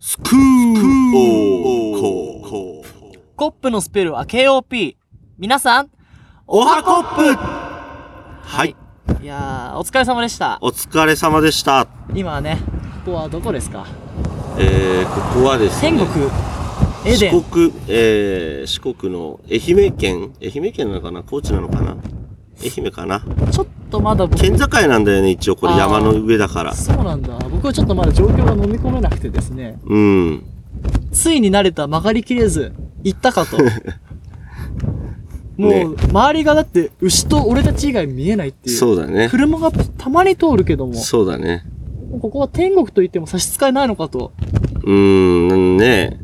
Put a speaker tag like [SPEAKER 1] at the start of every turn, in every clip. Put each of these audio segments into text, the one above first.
[SPEAKER 1] スクーおーコープ
[SPEAKER 2] コップのスペルは KOP。皆さん、
[SPEAKER 1] おはコップはい。
[SPEAKER 2] いやー、お疲れ様でした。
[SPEAKER 1] お疲れ様でした。
[SPEAKER 2] 今はね、ここはどこですか
[SPEAKER 1] えー、ここはですね。
[SPEAKER 2] 天国、エデン
[SPEAKER 1] 四、国、えー、四国の愛媛県愛媛県なのかな高知なのかな愛媛かな
[SPEAKER 2] ちょっとまだ僕、
[SPEAKER 1] 県境なんだよね、一応これ
[SPEAKER 2] あー
[SPEAKER 1] 山の上だから。
[SPEAKER 2] そうなんだ。僕はちょっとまだ状況が飲み込めなくてですね、
[SPEAKER 1] うん。
[SPEAKER 2] ついに慣れた曲がりきれず、行ったかと。 もう、
[SPEAKER 1] ね
[SPEAKER 2] 周りがだって、牛と俺たち以外見えないっていう。
[SPEAKER 1] そうだね。
[SPEAKER 2] 車がたまに通るけども、
[SPEAKER 1] そうだね。
[SPEAKER 2] ここは天国と言っても差し支えないのかと。
[SPEAKER 1] うーん、ね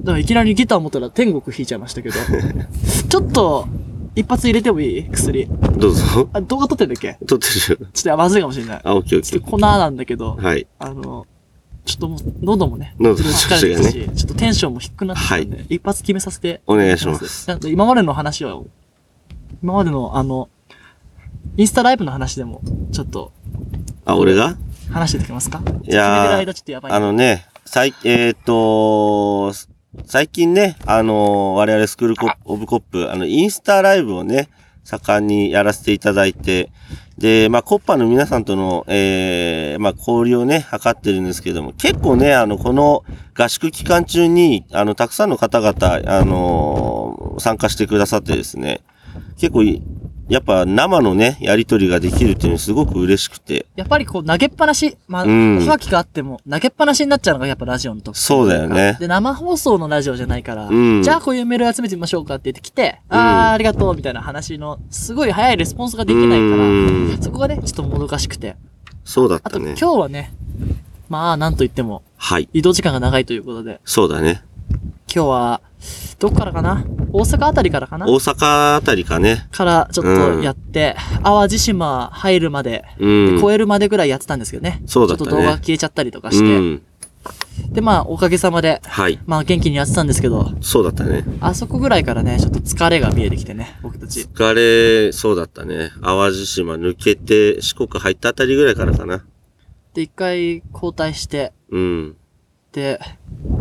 [SPEAKER 2] だからいきなりギター持ったら天国弾いちゃいまし たけど。ちょっと、一発入れてもいい薬。
[SPEAKER 1] どうぞ。
[SPEAKER 2] あ、動画撮ってんだっけ
[SPEAKER 1] 撮ってるよ。
[SPEAKER 2] ちょっとまずいかもしれない。
[SPEAKER 1] あ、オッケーオ
[SPEAKER 2] ちょ
[SPEAKER 1] ッ
[SPEAKER 2] っ
[SPEAKER 1] ケ
[SPEAKER 2] と粉なんだけど、
[SPEAKER 1] ー。はい。
[SPEAKER 2] あの、ちょっともう、喉もね、
[SPEAKER 1] 喉の
[SPEAKER 2] 疲
[SPEAKER 1] 調子
[SPEAKER 2] れ
[SPEAKER 1] が
[SPEAKER 2] てた
[SPEAKER 1] ね、
[SPEAKER 2] し、ちょっとテンションも低くなってきたんで、一発決めさせて。
[SPEAKER 1] お願いします。
[SPEAKER 2] なんで今までの話を、今までの、あの、インスタライブの話でも、ちょっと、
[SPEAKER 1] あ、俺が
[SPEAKER 2] 話していただけますか
[SPEAKER 1] いやー
[SPEAKER 2] 決めてる間ちょっとやばい。
[SPEAKER 1] あのね、最、えーっ、と、最近ね、あのー我々スクールコオブコップ、あの、インスタライブをね、盛んにやらせていただいて、で、まあ、コッパの皆さんとの、えー、まあ、交流をね、図ってるんですけども、結構ね、あの、この合宿期間中に、あの、たくさんの方々、あのー参加してくださってですね、結構い、やっぱ生のね、やりとりができるっていうのすごく嬉しくて、
[SPEAKER 2] やっぱりこう投げっぱなし、まあ、
[SPEAKER 1] うん
[SPEAKER 2] おはがきがあっても投げっぱなしになっちゃうのがやっぱラジオの特徴
[SPEAKER 1] そうだよね
[SPEAKER 2] で、生放送のラジオじゃないから、
[SPEAKER 1] うん
[SPEAKER 2] じゃあこういうメール集めてみましょうかって言ってきて、
[SPEAKER 1] うん
[SPEAKER 2] あーありがとうみたいな話の、すごい早いレスポンスができないから、
[SPEAKER 1] うん
[SPEAKER 2] そこがね、ちょっともどかしくて。
[SPEAKER 1] そうだっ
[SPEAKER 2] あ
[SPEAKER 1] た
[SPEAKER 2] と、今
[SPEAKER 1] ね
[SPEAKER 2] 日。はね、まあ、なんといっても、
[SPEAKER 1] はい。
[SPEAKER 2] 移動時間が長いということで、
[SPEAKER 1] そうだね。
[SPEAKER 2] 今日は、どこからかな大阪あたりからかな
[SPEAKER 1] 大阪あたりかね。
[SPEAKER 2] から、ちょっとやって、淡路島入るまで、
[SPEAKER 1] うん。
[SPEAKER 2] 超えるまでぐらいやってたんですけどね。
[SPEAKER 1] そうだった
[SPEAKER 2] ち
[SPEAKER 1] ね
[SPEAKER 2] ょっと動画消えちゃったりとかして、
[SPEAKER 1] うん。
[SPEAKER 2] で、まあ、おかげさまで、
[SPEAKER 1] はい。
[SPEAKER 2] まあ、元気にやってたんですけど、
[SPEAKER 1] そうだったね。
[SPEAKER 2] あそこぐらいからね、ちょっと疲れが見えてきてね、僕たち。
[SPEAKER 1] 疲れ、そうだったね。淡路島抜けて、四国入ったあたりぐらいからかな。
[SPEAKER 2] で、一回交代して、
[SPEAKER 1] うん。
[SPEAKER 2] で、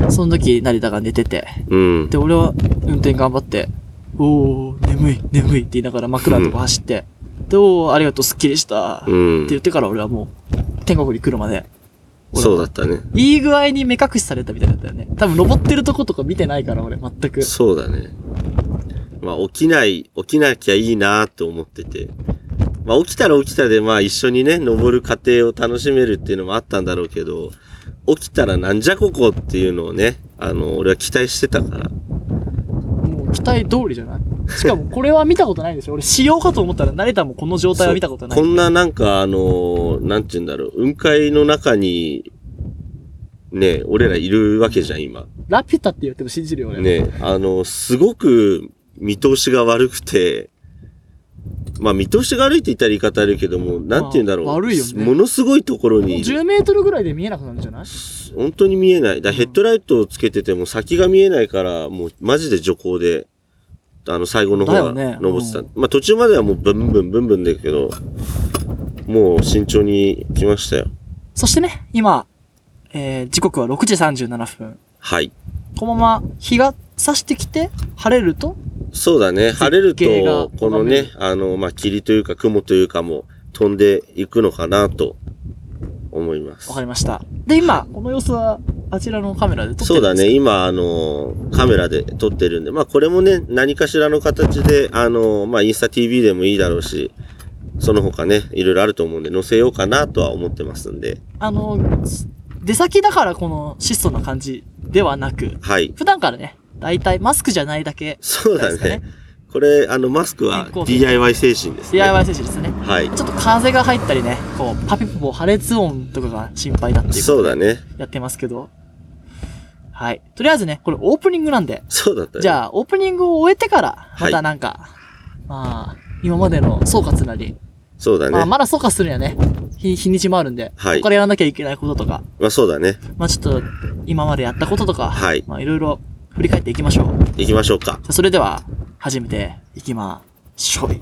[SPEAKER 2] その時、成田が寝てて、
[SPEAKER 1] うん。
[SPEAKER 2] で、俺は運転頑張って、おー、眠い、眠いって言いながら枕のとこ走って、で、おー、ありがとう、すっきりした、
[SPEAKER 1] う
[SPEAKER 2] って
[SPEAKER 1] ん
[SPEAKER 2] 言。ってから俺はもう、天国に来るまで、
[SPEAKER 1] そうだったね。
[SPEAKER 2] いい具合に目隠しされたみたいだったよね。多分、登ってるとことか見てないから、俺、全く。
[SPEAKER 1] そうだね。まあ、起きない、起きなきゃいいなーって思ってて。まあ、起きたら起きたで、まあ、一緒にね、登る過程を楽しめるっていうのもあったんだろうけど、起きたらなんじゃここっていうのをね、あの、俺は期待してたから。
[SPEAKER 2] もう期待通りじゃないしかもこれは見たことないでしょ俺しようかと思ったら成田もこの状態は見たことない。
[SPEAKER 1] こんななんかあのーなんて言うんだろう、雲海の中に、ね、俺らいるわけじゃん、今。
[SPEAKER 2] ラピュタって言っても信じるよ俺。
[SPEAKER 1] ね、あのすごく見通しが悪くて、まあ見通しが悪いって言ったら言い方あるけども、なんて言うんだろう。
[SPEAKER 2] まあ悪いよね
[SPEAKER 1] ものすごいところ
[SPEAKER 2] もう
[SPEAKER 1] にいる
[SPEAKER 2] 10メートルぐらいで見えなくなるんじゃない
[SPEAKER 1] 本当に見えない。だ
[SPEAKER 2] うん
[SPEAKER 1] ヘッドライトをつけてても先が見えないから、もうマジで徐行で、あの、最後の方
[SPEAKER 2] だよ
[SPEAKER 1] は
[SPEAKER 2] ね
[SPEAKER 1] 登ってた。
[SPEAKER 2] うん
[SPEAKER 1] まあ途中まではもうブンブンブンブンだけど、もう慎重に来ましたよ。
[SPEAKER 2] そしてね、今、えー、時刻は6時37分。
[SPEAKER 1] はい。
[SPEAKER 2] このまま日が差してきて晴れると
[SPEAKER 1] そうだね。晴れる
[SPEAKER 2] 絶景が
[SPEAKER 1] と、このね、あの、まあ、霧というか雲というかも飛んでいくのかなと思います
[SPEAKER 2] わか。りました。で、今、この様子はあちらのカメラで撮って
[SPEAKER 1] そう
[SPEAKER 2] る
[SPEAKER 1] ん
[SPEAKER 2] で
[SPEAKER 1] だ
[SPEAKER 2] す
[SPEAKER 1] ね。今、あの、カメラで撮ってるんで、まあ、これもね、何かしらの形で、あの、まあ、インスタ TV でもいいだろうし、その他ね、いろいろあると思うんで、載せようかなとは思ってますんで、
[SPEAKER 2] あの、出先だからこの質素な感じではなく、
[SPEAKER 1] はい。
[SPEAKER 2] 普段からね、だいたいマスクじゃないだけ、
[SPEAKER 1] そうだ
[SPEAKER 2] ですかね
[SPEAKER 1] ね。これ、あの、マスクは
[SPEAKER 2] 健康的
[SPEAKER 1] DIY 精神ですね。
[SPEAKER 2] DIY 選手ですね。
[SPEAKER 1] はい。
[SPEAKER 2] ちょっと風が入ったりね、こう、パピポポ破裂音とかが心配だっていう
[SPEAKER 1] そうだね。
[SPEAKER 2] やってますけど。はい。とりあえずね、これオープニングなんで、
[SPEAKER 1] そうだったね。
[SPEAKER 2] じゃあオープニングを終えてから、
[SPEAKER 1] は
[SPEAKER 2] ま
[SPEAKER 1] い
[SPEAKER 2] たなんか、まあ、今までの総括なり、
[SPEAKER 1] そうだね。
[SPEAKER 2] まあまだ総括するにはね、日、日にちもあるんで、
[SPEAKER 1] はい
[SPEAKER 2] ここからやらなきゃいけないこととか、
[SPEAKER 1] まあ、そうだね。
[SPEAKER 2] まあちょっと、今までやったこととか、
[SPEAKER 1] はい
[SPEAKER 2] まあいろいろ振り返っていきましょう。じ
[SPEAKER 1] 行きましょうか。
[SPEAKER 2] ゃあそれでは、始めていきましょう。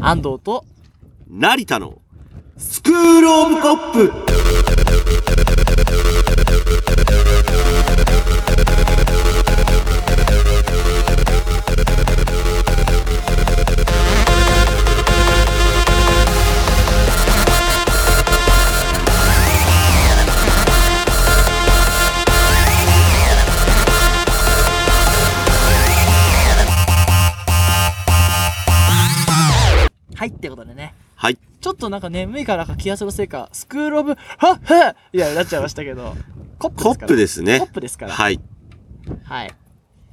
[SPEAKER 2] 安藤と、
[SPEAKER 1] 成田のスクールオブコップ
[SPEAKER 2] ってことでね。
[SPEAKER 1] はい。
[SPEAKER 2] ちょっとなんか眠いからか気圧のせいか、スクールオブ、はっはっいや、なっちゃいましたけど、コップ
[SPEAKER 1] コ
[SPEAKER 2] です
[SPEAKER 1] ッ
[SPEAKER 2] から。
[SPEAKER 1] プです
[SPEAKER 2] コ
[SPEAKER 1] ね
[SPEAKER 2] ッ。プですから。
[SPEAKER 1] はい。
[SPEAKER 2] はい。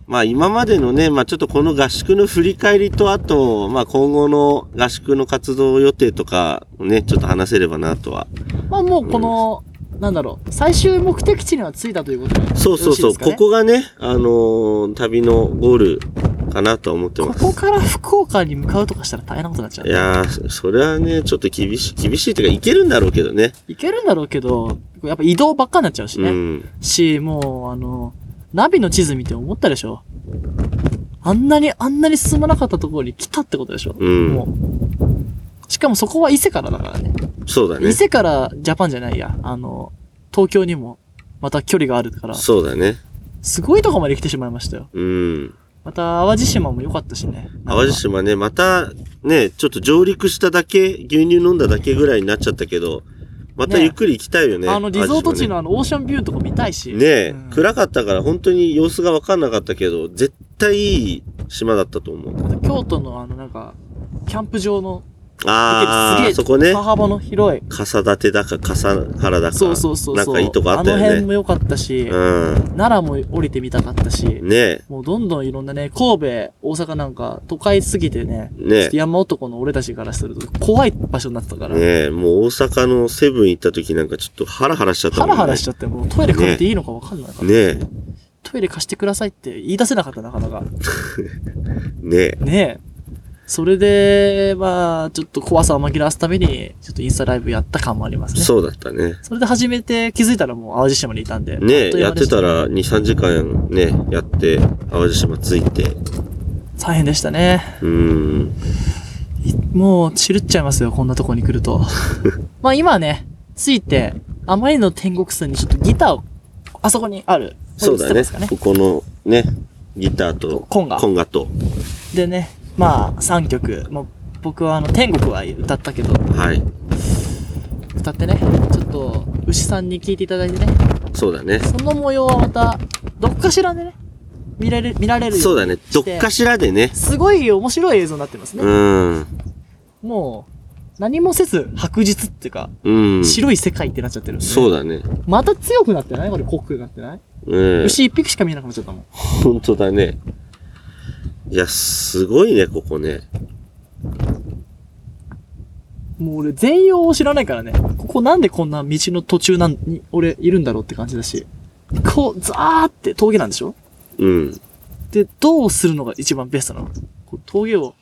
[SPEAKER 1] まあ今までのね、まあちょっとこの合宿の振り返りと、あと、まあ今後の合宿の活動予定とかをね、ちょっと話せればなとは。
[SPEAKER 2] まあもうこの、なんだろう、最終目的地には着いたということで
[SPEAKER 1] そうそうそ
[SPEAKER 2] よろ
[SPEAKER 1] う、
[SPEAKER 2] しいですかね
[SPEAKER 1] ここがね、あのー旅のゴールかなとは思って
[SPEAKER 2] こ
[SPEAKER 1] ます。
[SPEAKER 2] こから福岡に向かうとかしたら大変なことになっちゃう
[SPEAKER 1] い。やー、それはね、ちょっと厳しい、厳しいというか、いけるんだろうけどね。
[SPEAKER 2] いけるんだろうけど、やっぱ移動ばっかになっちゃうし
[SPEAKER 1] う
[SPEAKER 2] ね。
[SPEAKER 1] ん。
[SPEAKER 2] し、もう、あの、ナビの地図見て思ったでしょあんなに、あんなに進まなかったところに来たってことでしょ、
[SPEAKER 1] うん
[SPEAKER 2] もう。しかもそこは伊勢からだからね。
[SPEAKER 1] そうだね
[SPEAKER 2] 伊。勢からジャパンじゃないや。あの、東京にも、また距離があるから、
[SPEAKER 1] そうだね。
[SPEAKER 2] すごいとこまで来てしまいましたよ。
[SPEAKER 1] うん。
[SPEAKER 2] また、淡路島も良かったしね。なんか
[SPEAKER 1] 淡路島ね、また、ね、ちょっと上陸しただけ、牛乳飲んだだけぐらいになっちゃったけど、また
[SPEAKER 2] ね
[SPEAKER 1] ゆっくり行きたいよね。
[SPEAKER 2] あの、リゾート
[SPEAKER 1] 淡路島
[SPEAKER 2] 地
[SPEAKER 1] ね
[SPEAKER 2] のあの、オーシャンビューとか見たいし。
[SPEAKER 1] ねえ、
[SPEAKER 2] うん
[SPEAKER 1] 暗かったから本当に様子が分かんなかったけど、絶対いい島だったと思う。
[SPEAKER 2] 京都のあの、なんか、キャンプ場の、
[SPEAKER 1] あ
[SPEAKER 2] すげ
[SPEAKER 1] あ、
[SPEAKER 2] え
[SPEAKER 1] そこね。
[SPEAKER 2] 川幅の広い、
[SPEAKER 1] 笠立だか笠原だか。
[SPEAKER 2] そうそうそうそう。
[SPEAKER 1] なんかいいとこあったよ
[SPEAKER 2] あの辺
[SPEAKER 1] ね。
[SPEAKER 2] も良かったし、
[SPEAKER 1] う
[SPEAKER 2] 奈良も降りてみたかったし、
[SPEAKER 1] ん。ねえ、
[SPEAKER 2] もうどんどんいろんなね、神戸、大阪なんか都会すぎてね、ちょ
[SPEAKER 1] ね
[SPEAKER 2] っと山男の俺たちからすると怖い場所になってたか
[SPEAKER 1] え、
[SPEAKER 2] ら、
[SPEAKER 1] ねえ、もう大阪のセブン行った時なんかちょっとハラハラしちゃった
[SPEAKER 2] ハ
[SPEAKER 1] もんね。
[SPEAKER 2] ラハラしちゃってもうトイレ借りていいのかわかんないから、
[SPEAKER 1] ねえ、
[SPEAKER 2] トイレ貸してくださいって言い出せなかったなかなか。
[SPEAKER 1] ねえ、
[SPEAKER 2] ねえ。それで、まあ、ちょっと怖さを紛らわすために、ちょっとインスタライブやった感もありますね。
[SPEAKER 1] そうだったね。
[SPEAKER 2] それで初めて気づいたらもう淡路島にいたんで。あ
[SPEAKER 1] ねえ、
[SPEAKER 2] という
[SPEAKER 1] や
[SPEAKER 2] 間
[SPEAKER 1] っ
[SPEAKER 2] で
[SPEAKER 1] て
[SPEAKER 2] した
[SPEAKER 1] ら2、3時間ね、やって、淡路島着いて。
[SPEAKER 2] 大変でしたね。
[SPEAKER 1] うん。
[SPEAKER 2] いもう、散るっちゃいますよ、こんなとこに来る と。まあ今はね、ついて、あまりの天国数にちょっとギターを、あそこにある。
[SPEAKER 1] そうだね。
[SPEAKER 2] これ映ってますか
[SPEAKER 1] ここのね、ギターと、
[SPEAKER 2] コンガ
[SPEAKER 1] コンガと。
[SPEAKER 2] でね、まあ3曲。もう僕はあの、天国は歌ったけど、
[SPEAKER 1] はい。
[SPEAKER 2] 歌ってね、ちょっと、牛さんに聴いていただいてね、
[SPEAKER 1] そうだね。
[SPEAKER 2] その模様はまた、どっかしらでね、見られる、見られるよ
[SPEAKER 1] そう
[SPEAKER 2] う
[SPEAKER 1] だ
[SPEAKER 2] に
[SPEAKER 1] ね
[SPEAKER 2] し。
[SPEAKER 1] ど
[SPEAKER 2] て。
[SPEAKER 1] っかしらでね。
[SPEAKER 2] すごい面白い映像になってますね。
[SPEAKER 1] うん。
[SPEAKER 2] もう、何もせず、白日っていうか、
[SPEAKER 1] うん。
[SPEAKER 2] 白い世界ってなっちゃってるんで、
[SPEAKER 1] そうだね。
[SPEAKER 2] また強くなってないこれ、濃くなってない
[SPEAKER 1] うん。
[SPEAKER 2] 牛一匹しか見えなくなっちゃったもん。
[SPEAKER 1] 本当だね。いや、すごいね、ここね。
[SPEAKER 2] もう俺、全容を知らないからね。ここなんでこんな道の途中なんに、俺、いるんだろうって感じだし。こう、ザーって峠なんでしょ
[SPEAKER 1] うん。
[SPEAKER 2] で、どうするのが一番ベストなのこう峠を、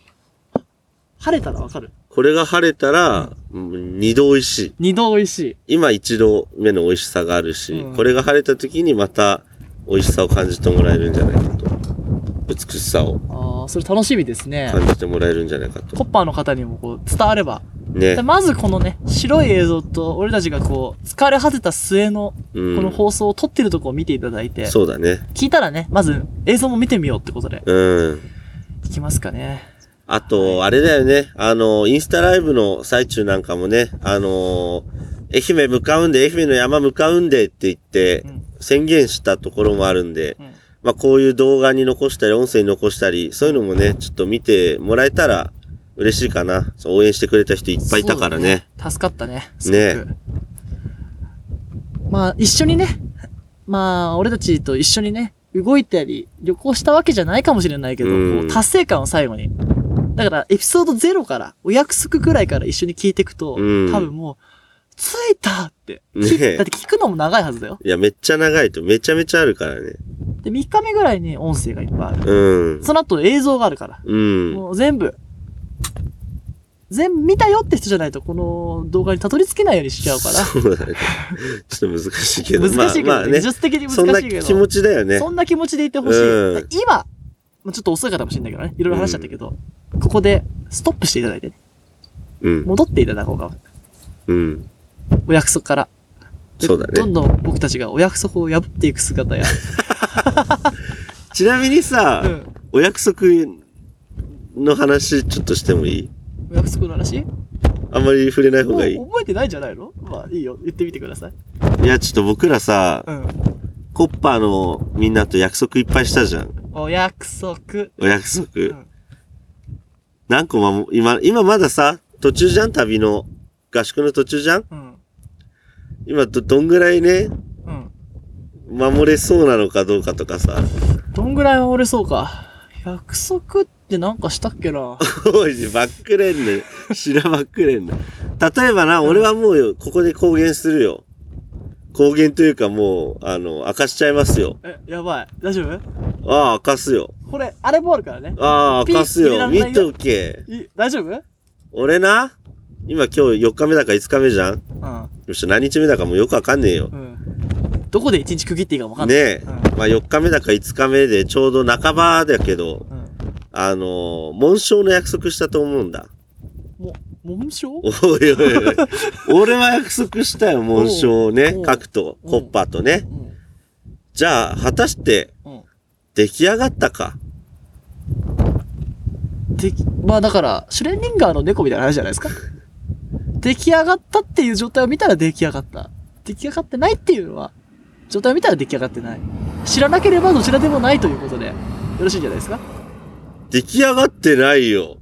[SPEAKER 2] 晴れたらわかる。
[SPEAKER 1] これが晴れたら、うん二度美味しい。
[SPEAKER 2] 二度美味しい。
[SPEAKER 1] 今一度目の美味しさがあるし、
[SPEAKER 2] うん
[SPEAKER 1] これが晴れた時にまた美味しさを感じてもらえるんじゃないかと。美しさを
[SPEAKER 2] ああ、それ楽しみですね。
[SPEAKER 1] 感じてもらえるんじゃないか
[SPEAKER 2] コ
[SPEAKER 1] と。
[SPEAKER 2] ッパーの方にもこう、伝われば。
[SPEAKER 1] ね
[SPEAKER 2] で。まずこのね、白い映像と、俺たちがこう、疲れ果てた末の、こ
[SPEAKER 1] うん。
[SPEAKER 2] の放送を撮ってるとこを見ていただいて、
[SPEAKER 1] そうだね。
[SPEAKER 2] 聞いたらね、まず映像も見てみようってことで、
[SPEAKER 1] うん。
[SPEAKER 2] いきますかね。
[SPEAKER 1] あと、あれだよね。あの、インスタライブの最中なんかもね、あの愛媛向かうんで、愛媛の山向かうんでって言って
[SPEAKER 2] う、ん。
[SPEAKER 1] 宣言したところもあるんで、
[SPEAKER 2] うん
[SPEAKER 1] まあ、こういう動画に残したり、音声に残したり、そういうのもね、ちょっと見てもらえたら嬉しいかな。そう応援してくれた人いっぱいいたからね。
[SPEAKER 2] そうだ助かったね。す
[SPEAKER 1] ね
[SPEAKER 2] ごく。まあ、一緒にね、まあ、俺たちと一緒にね、動いたり、旅行したわけじゃないかもしれないけど、
[SPEAKER 1] うん
[SPEAKER 2] こう達成感を最後に。だから、エピソード0から、お約束ぐらいから一緒に聞いていくと、
[SPEAKER 1] うん
[SPEAKER 2] 多分もう、着いたって。
[SPEAKER 1] ね
[SPEAKER 2] きだって聞くのも長いはずだよ。
[SPEAKER 1] いや、めっちゃ長いと、めちゃめちゃあるからね。
[SPEAKER 2] で、3日目ぐらいに音声がいっぱいある。
[SPEAKER 1] うん。
[SPEAKER 2] その後映像があるから。
[SPEAKER 1] うん。
[SPEAKER 2] もう全部。全部見たよって人じゃないと、この動画にたどり着けないようにしちゃうから。
[SPEAKER 1] そうだね。ちょっと難しいけど。
[SPEAKER 2] 難しいけど、ね
[SPEAKER 1] まあ、まあね
[SPEAKER 2] 技。術的に
[SPEAKER 1] そん
[SPEAKER 2] 難
[SPEAKER 1] な
[SPEAKER 2] しいけど。
[SPEAKER 1] 気持ちだよね。
[SPEAKER 2] そんな気持ちでいてほしい。
[SPEAKER 1] うん
[SPEAKER 2] 今、まあ、ちょっと遅いかもしれないけどね。いろいろ話しちゃったけど、ここでストップしていただいてね、
[SPEAKER 1] うん。
[SPEAKER 2] 戻っていただこうか。
[SPEAKER 1] うん。
[SPEAKER 2] お約束から。で
[SPEAKER 1] そうだね
[SPEAKER 2] どんどん僕たちがお約束を破っていく姿や。
[SPEAKER 1] ちなみにさ、
[SPEAKER 2] うん
[SPEAKER 1] お約束の話ちょっとしてもいい
[SPEAKER 2] お約束の話
[SPEAKER 1] あんまり触れない方
[SPEAKER 2] もう
[SPEAKER 1] がいい。
[SPEAKER 2] 覚えてないんじゃないのまあいいよ。言ってみてください。
[SPEAKER 1] いや、ちょっと僕らさ、
[SPEAKER 2] うん。
[SPEAKER 1] コッパーのみんなと約束いっぱいしたじゃん。
[SPEAKER 2] お約束。
[SPEAKER 1] お約束。
[SPEAKER 2] うん
[SPEAKER 1] 何個も、今、今まださ、途中じゃん旅の。合宿の途中じゃん
[SPEAKER 2] うん。
[SPEAKER 1] 今ど、どんぐらいね、
[SPEAKER 2] うん。
[SPEAKER 1] 守れそうなのかどうかとかさ。
[SPEAKER 2] どんぐらいは折れそうか。約束ってなんかしたっけ な。
[SPEAKER 1] おい、バックレんね。 知らばっくれんね。例えばな、俺はもうよ、ここで公言するよ。公言というかもう、あの、明かしちゃいますよ。
[SPEAKER 2] え、やばい。大丈夫
[SPEAKER 1] ああ、明かすよ。
[SPEAKER 2] これ、あれもあるからね。
[SPEAKER 1] ああ、明かす
[SPEAKER 2] ピー入れら
[SPEAKER 1] よ。
[SPEAKER 2] んないよ
[SPEAKER 1] 見とけ。
[SPEAKER 2] い、大丈夫うん。
[SPEAKER 1] 俺な、今今日4日目だか5日目じゃんよし、何日目だかもうよくわかんねえよ。
[SPEAKER 2] うん。どこで一日区切っていいかもわかん
[SPEAKER 1] ね
[SPEAKER 2] ない。
[SPEAKER 1] え。まあ4日目だか5日目でちょうど半ばだけど、
[SPEAKER 2] うん。
[SPEAKER 1] あのー、紋章の約束したと思うんだ。
[SPEAKER 2] うん。紋章
[SPEAKER 1] おいおいおい。俺は約束したよ、紋章をね
[SPEAKER 2] お。う
[SPEAKER 1] 書くと、
[SPEAKER 2] うん
[SPEAKER 1] コッパーとね。
[SPEAKER 2] うん。
[SPEAKER 1] じゃあ、果たして
[SPEAKER 2] うん。
[SPEAKER 1] 出来上がったか。
[SPEAKER 2] でき、まあだから、シュレンディンガーの猫みたいな話じゃないですか。出来上がったっていう状態を見たら出来上がった。出来上がってないっていうのは、状態を見たら出来上がってない。知らなければどちらでもないということで、よろしいんじゃないですか。
[SPEAKER 1] 出来上がってないよ。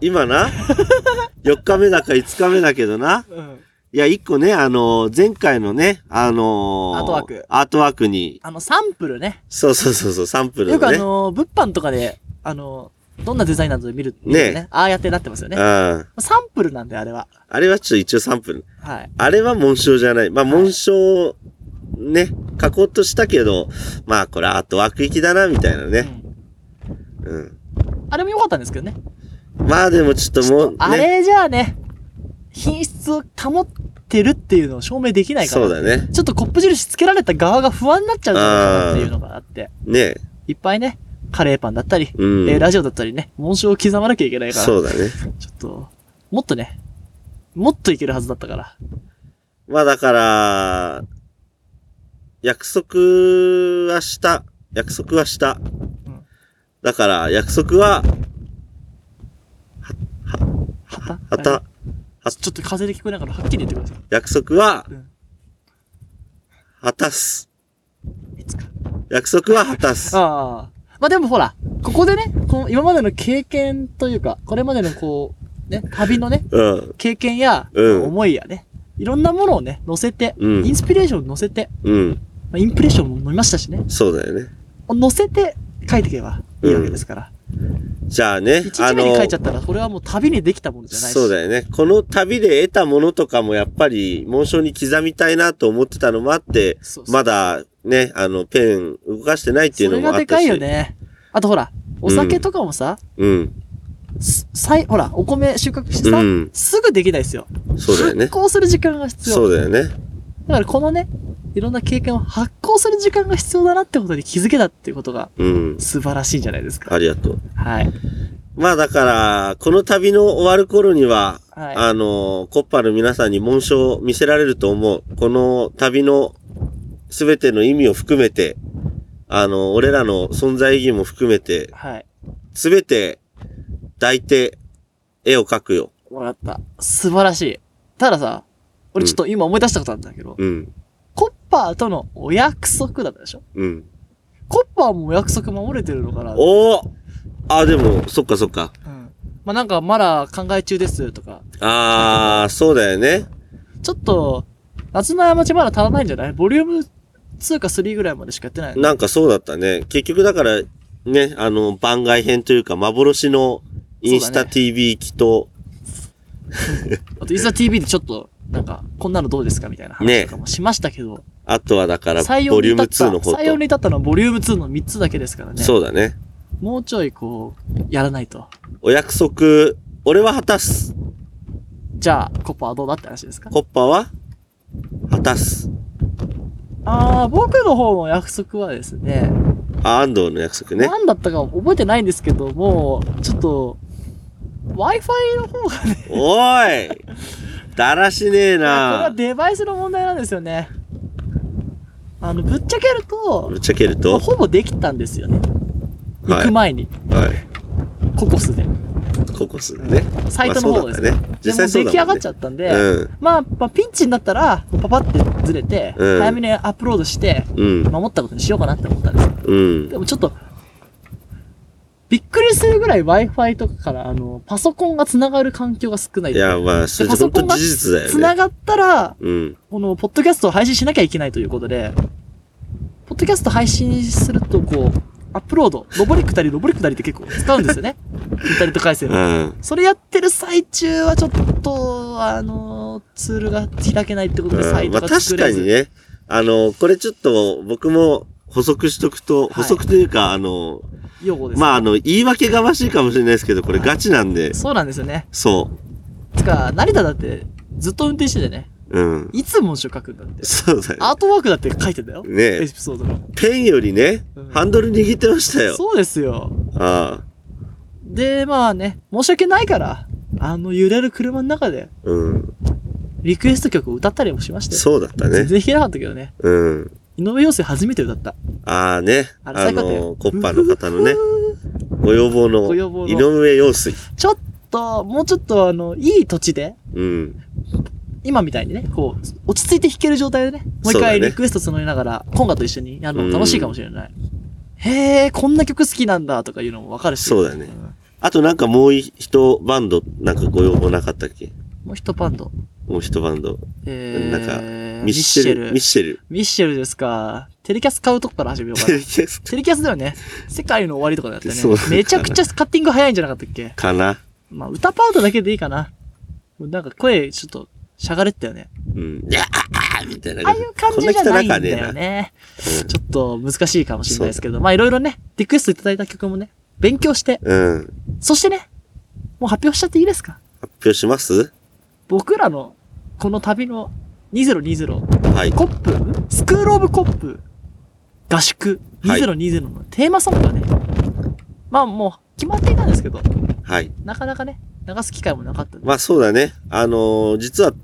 [SPEAKER 1] 今 な、4日目だか5日目だけどな。
[SPEAKER 2] うん。
[SPEAKER 1] いや、一個ね、あのー前回のね、あの
[SPEAKER 2] アートワーク
[SPEAKER 1] アートワークに、
[SPEAKER 2] あの、サンプルね。
[SPEAKER 1] そうそうそうそう、サンプル
[SPEAKER 2] よく
[SPEAKER 1] の
[SPEAKER 2] あ
[SPEAKER 1] ね。
[SPEAKER 2] のー物販とかで、あのーどんなデザインなどで見る見るとね
[SPEAKER 1] ね
[SPEAKER 2] ああやってなってますよね。
[SPEAKER 1] うん。
[SPEAKER 2] サンプルなんで、あれは。
[SPEAKER 1] あれはちょっと一応サンプル。
[SPEAKER 2] はい。
[SPEAKER 1] あれは紋章じゃない。まあ、紋章、ね、書こうとしたけど、まあ、これアートワーク行きだな、みたいな
[SPEAKER 2] う
[SPEAKER 1] ね。
[SPEAKER 2] ん、
[SPEAKER 1] うん。
[SPEAKER 2] あれも良かったんですけどね。
[SPEAKER 1] まあ、でもちょっともう、ね。
[SPEAKER 2] あれじゃあね、品質を保ってるっていうのを証明できないか
[SPEAKER 1] そ
[SPEAKER 2] ら。
[SPEAKER 1] うだね。
[SPEAKER 2] ちょっとコップ印つけられた側が不安になっちゃうんじゃないかなっていうのがあって、
[SPEAKER 1] ね。
[SPEAKER 2] いっぱいね、カレーパンだったり、
[SPEAKER 1] うん。
[SPEAKER 2] えーラジオだったりね、紋章を刻まなきゃいけないから、ち
[SPEAKER 1] そ
[SPEAKER 2] ょ
[SPEAKER 1] うだね。
[SPEAKER 2] っと、もっとね、もっといけるはずだったから。
[SPEAKER 1] まあ、だから、約束はした。約束はした
[SPEAKER 2] うん。
[SPEAKER 1] だから、約束は、
[SPEAKER 2] は
[SPEAKER 1] はた、
[SPEAKER 2] ちょっと風で聞こえながらはっきり言ってくださ
[SPEAKER 1] 約束は
[SPEAKER 2] うん、
[SPEAKER 1] 果たす。
[SPEAKER 2] い。いつか。
[SPEAKER 1] 約束は果たす。
[SPEAKER 2] ああ。まあでもほら、ここでね、この今までの経験というか、これまでのこう、ね、旅のね、
[SPEAKER 1] うん。
[SPEAKER 2] 経験や、
[SPEAKER 1] うん
[SPEAKER 2] 思いやね、いろんなものをね、乗せて、
[SPEAKER 1] うん
[SPEAKER 2] インスピレーション乗せて、
[SPEAKER 1] うん。
[SPEAKER 2] まあ、インプレッションも飲みましたしね、
[SPEAKER 1] そうだよね。
[SPEAKER 2] 乗せて書いていけばいいわけですから。
[SPEAKER 1] じゃあね、
[SPEAKER 2] 一日目に書いちゃったら、これはもう旅にできたものじゃないし。
[SPEAKER 1] そうだよね。この旅で得たものとかもやっぱり、紋章に刻みたいなと思ってたのもあって、
[SPEAKER 2] そうそう
[SPEAKER 1] まだね、あの、ペン動かしてないっていう
[SPEAKER 2] そ
[SPEAKER 1] の
[SPEAKER 2] れ
[SPEAKER 1] も
[SPEAKER 2] が
[SPEAKER 1] あっ
[SPEAKER 2] で
[SPEAKER 1] た
[SPEAKER 2] か
[SPEAKER 1] し。
[SPEAKER 2] いよね。あとほら、お酒とかもさ、
[SPEAKER 1] うん。
[SPEAKER 2] すさいほら、お米収穫してさ、
[SPEAKER 1] うん
[SPEAKER 2] すぐできないですよ。
[SPEAKER 1] そうだよね
[SPEAKER 2] 発。酵する時間が必要。
[SPEAKER 1] そうだよね。
[SPEAKER 2] だからこのね、いろんな経験を発酵する時間が必要だなってことに気づけたっていうことが
[SPEAKER 1] うん。
[SPEAKER 2] 素晴らしいんじゃないですか。
[SPEAKER 1] ありがとう。
[SPEAKER 2] はい。
[SPEAKER 1] まあだから、この旅の終わる頃には、
[SPEAKER 2] はい
[SPEAKER 1] あの、コッパの皆さんに紋章を見せられると思う。この旅の全ての意味を含めて、あの、俺らの存在意義も含めて、
[SPEAKER 2] はい。
[SPEAKER 1] すべて抱いて絵を描くよ。
[SPEAKER 2] わかった。素晴らしい。たださ、俺ちょっと今思い出したことあるんだけど、
[SPEAKER 1] うん。
[SPEAKER 2] コッパーとのお約束だったでしょ
[SPEAKER 1] うん。
[SPEAKER 2] コッパーもお約束守れてるのかな
[SPEAKER 1] おおあ、でも、そっかそっか。
[SPEAKER 2] うんまあなんかまだ考え中ですとか、
[SPEAKER 1] あー、そうだよね。
[SPEAKER 2] ちょっと、夏の過ちまだ足らないんじゃないボリューム2か3ぐらいまでしかやってないの。
[SPEAKER 1] なんかそうだったね。結局だから、ね、あの、番外編というか、幻のインス
[SPEAKER 2] そうだ
[SPEAKER 1] タ
[SPEAKER 2] ね
[SPEAKER 1] TV 機と、
[SPEAKER 2] あと、いざ TV でちょっと、なんか、こんなのどうですかみたいな話
[SPEAKER 1] ね
[SPEAKER 2] とかもしましたけど、
[SPEAKER 1] あとはだから、ボ
[SPEAKER 2] 採用に
[SPEAKER 1] リュー
[SPEAKER 2] 至
[SPEAKER 1] ム2
[SPEAKER 2] った、
[SPEAKER 1] の方
[SPEAKER 2] 採用
[SPEAKER 1] と。
[SPEAKER 2] に至ったのはボリューム2の3つだけですからね。
[SPEAKER 1] そうだね。
[SPEAKER 2] もうちょいこう、やらないと。
[SPEAKER 1] お約束、俺は果たす。
[SPEAKER 2] じゃあ、コッパはどうだって話ですか
[SPEAKER 1] コッパは果たす。
[SPEAKER 2] あー、僕の方の約束はですね、
[SPEAKER 1] あ、安藤の約束ね。
[SPEAKER 2] 何だったか覚えてないんですけども、ちょっと、Wi-Fi の方がね、
[SPEAKER 1] おーいだらしねえ
[SPEAKER 2] いやこれ
[SPEAKER 1] な
[SPEAKER 2] はデバイスの問題なんですよね。あの、ぶっちゃけると
[SPEAKER 1] ぶ、っちゃける
[SPEAKER 2] まあ
[SPEAKER 1] と
[SPEAKER 2] ほぼできたんですよね。
[SPEAKER 1] はい
[SPEAKER 2] 行く前に、
[SPEAKER 1] はい。
[SPEAKER 2] ココスで。
[SPEAKER 1] ココスね。
[SPEAKER 2] サイトの方ですね。
[SPEAKER 1] まあそうだったね実
[SPEAKER 2] で
[SPEAKER 1] 際
[SPEAKER 2] もう出
[SPEAKER 1] そう
[SPEAKER 2] 来
[SPEAKER 1] だ
[SPEAKER 2] 上
[SPEAKER 1] も
[SPEAKER 2] が
[SPEAKER 1] ん
[SPEAKER 2] っ
[SPEAKER 1] ね
[SPEAKER 2] ちゃったんで、
[SPEAKER 1] うん。
[SPEAKER 2] まあ、まあピンチになったら、パパってずれて、
[SPEAKER 1] うん
[SPEAKER 2] 早めにアップロードして、
[SPEAKER 1] うん。
[SPEAKER 2] 守ったことにしようかなって思ったんですよ。
[SPEAKER 1] うん。
[SPEAKER 2] でもちょっと、びっくりするぐらい Wi-Fi とかから、あの、パソコンが繋がる環境が少ない。
[SPEAKER 1] いや、まあ、それ
[SPEAKER 2] パソ
[SPEAKER 1] 本
[SPEAKER 2] コ
[SPEAKER 1] 当
[SPEAKER 2] ンが
[SPEAKER 1] 事実だよ
[SPEAKER 2] 繋
[SPEAKER 1] ね。
[SPEAKER 2] がったら、
[SPEAKER 1] うん。
[SPEAKER 2] この、ポッドキャストを配信しなきゃいけないということで、ポッドキャスト配信すると、こう、アップロード、上り下り、上り下りって結構使うんで すよね。インターネット回線を
[SPEAKER 1] うん。
[SPEAKER 2] それやってる最中はちょっと、あの、ツールが開けないってことで、サイ
[SPEAKER 1] ま
[SPEAKER 2] ト
[SPEAKER 1] あ
[SPEAKER 2] が
[SPEAKER 1] 確
[SPEAKER 2] 作れ
[SPEAKER 1] か
[SPEAKER 2] ず、
[SPEAKER 1] にね、あの、これちょっと僕も補足しとくと、
[SPEAKER 2] い
[SPEAKER 1] 補足というか、あの、
[SPEAKER 2] 用語です。
[SPEAKER 1] まああの、言い訳がましいかもしれないですけど、これ
[SPEAKER 2] はい
[SPEAKER 1] ガチなんで、
[SPEAKER 2] そうなんですよね。
[SPEAKER 1] そ
[SPEAKER 2] つか、成田だって、ずっと運転しててね、
[SPEAKER 1] う。うん。
[SPEAKER 2] いつ文章書くんだって。
[SPEAKER 1] そうだよ。
[SPEAKER 2] アートワークだって書いてんだよ。
[SPEAKER 1] ね
[SPEAKER 2] エ
[SPEAKER 1] え
[SPEAKER 2] ピソードの。
[SPEAKER 1] ペンよりね
[SPEAKER 2] うん、
[SPEAKER 1] ハンドル握ってましたよ。
[SPEAKER 2] そうですよ。
[SPEAKER 1] ああ。
[SPEAKER 2] で、まあね、申し訳ないから、あの揺れる車の中で、
[SPEAKER 1] うん。
[SPEAKER 2] リクエスト曲を歌ったりもしましたよ。
[SPEAKER 1] そうだった
[SPEAKER 2] 全
[SPEAKER 1] ね。
[SPEAKER 2] 然弾けなかったけどね。
[SPEAKER 1] うん。
[SPEAKER 2] 井上陽水初めて歌った。
[SPEAKER 1] ああね。
[SPEAKER 2] あれ
[SPEAKER 1] あ
[SPEAKER 2] 最高だよ
[SPEAKER 1] の、コッパの方のね、
[SPEAKER 2] ふー
[SPEAKER 1] ご要望の
[SPEAKER 2] ご要望の
[SPEAKER 1] 井上陽水。
[SPEAKER 2] ちょっと、もうちょっとあの、いい土地で、
[SPEAKER 1] うん。
[SPEAKER 2] 今みたいにね、こう、落ち着いて弾ける状態でね、もう一
[SPEAKER 1] そうだ
[SPEAKER 2] 回
[SPEAKER 1] ね
[SPEAKER 2] リクエスト募りながら、コンガと一緒にやるのも楽しいかもしれない。へえ、こんな曲好きなんだとかいうのもわかるし。
[SPEAKER 1] そうだね
[SPEAKER 2] ん
[SPEAKER 1] あとなんかもう一バンド、なんかご要望なかったっけ
[SPEAKER 2] もう一バンド。
[SPEAKER 1] もう一バンド。
[SPEAKER 2] えー、
[SPEAKER 1] ミッシェル。
[SPEAKER 2] ミ
[SPEAKER 1] ミ
[SPEAKER 2] ッ
[SPEAKER 1] ッ
[SPEAKER 2] シ
[SPEAKER 1] シェル。
[SPEAKER 2] ェル。ミッシェルですか。テレキャス買うとこから始めようか
[SPEAKER 1] テ
[SPEAKER 2] な
[SPEAKER 1] レ。キャス
[SPEAKER 2] テレキャスだよね。世界の終わりとかだった よ
[SPEAKER 1] そう
[SPEAKER 2] ね
[SPEAKER 1] だ。ね
[SPEAKER 2] めちゃくちゃカッティング早いんじゃなかったっけ
[SPEAKER 1] かな。
[SPEAKER 2] まあ、歌パートだけでいいかな。なんか声、ちょっと、しゃがれてたよね。
[SPEAKER 1] うん。いやああみたいな
[SPEAKER 2] ああ
[SPEAKER 1] 感
[SPEAKER 2] い
[SPEAKER 1] じ。
[SPEAKER 2] う感じじゃないんだ
[SPEAKER 1] こん
[SPEAKER 2] よ
[SPEAKER 1] な汚かね
[SPEAKER 2] ね。
[SPEAKER 1] えな
[SPEAKER 2] ちょっと難しいかもしれないですけど、まあいろいろね、リクエストいただいた曲もね、勉強して、
[SPEAKER 1] うん。うん。
[SPEAKER 2] そしてね、もう発表しちゃっていいですか
[SPEAKER 1] 発表します
[SPEAKER 2] 僕らの、この旅の2020、
[SPEAKER 1] はい。
[SPEAKER 2] コップ、スクールオブコップ、合宿
[SPEAKER 1] はい
[SPEAKER 2] 2020のテーマソングがね、まあもう決まっていたんですけど、
[SPEAKER 1] はい。
[SPEAKER 2] なかなかね、流す機会もなかったんで。
[SPEAKER 1] まあそうだね。あのー実は、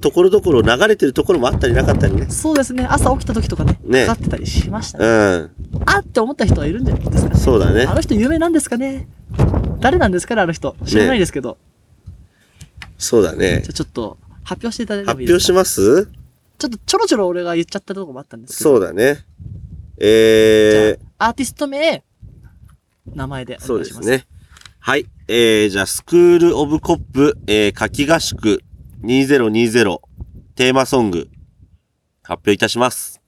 [SPEAKER 1] ところどころ流れてるところもあったりなかったりね。
[SPEAKER 2] そうですね、朝起きた時とかね、
[SPEAKER 1] ね
[SPEAKER 2] かかってたりしましたね。
[SPEAKER 1] うん。
[SPEAKER 2] あって思った人はいるんじゃないですかね。
[SPEAKER 1] そうだね
[SPEAKER 2] あ。の人有名なんですかね誰なんですかねあの人。知らないですけど。
[SPEAKER 1] そうだね
[SPEAKER 2] じゃ。あちょっと、発表していただいて
[SPEAKER 1] 発
[SPEAKER 2] もいいで
[SPEAKER 1] 表
[SPEAKER 2] す
[SPEAKER 1] し
[SPEAKER 2] か
[SPEAKER 1] ます
[SPEAKER 2] ちょっとちょろちょろ俺が言っちゃったとこもあったんですけど。
[SPEAKER 1] そうだね。えー、
[SPEAKER 2] アーティスト名、名前でお
[SPEAKER 1] そう
[SPEAKER 2] 願
[SPEAKER 1] で
[SPEAKER 2] いしますす。
[SPEAKER 1] ね。はい。えー、じゃあ、スクールオブコップ、えー、夏季合宿2020テーマソング、発表いたします。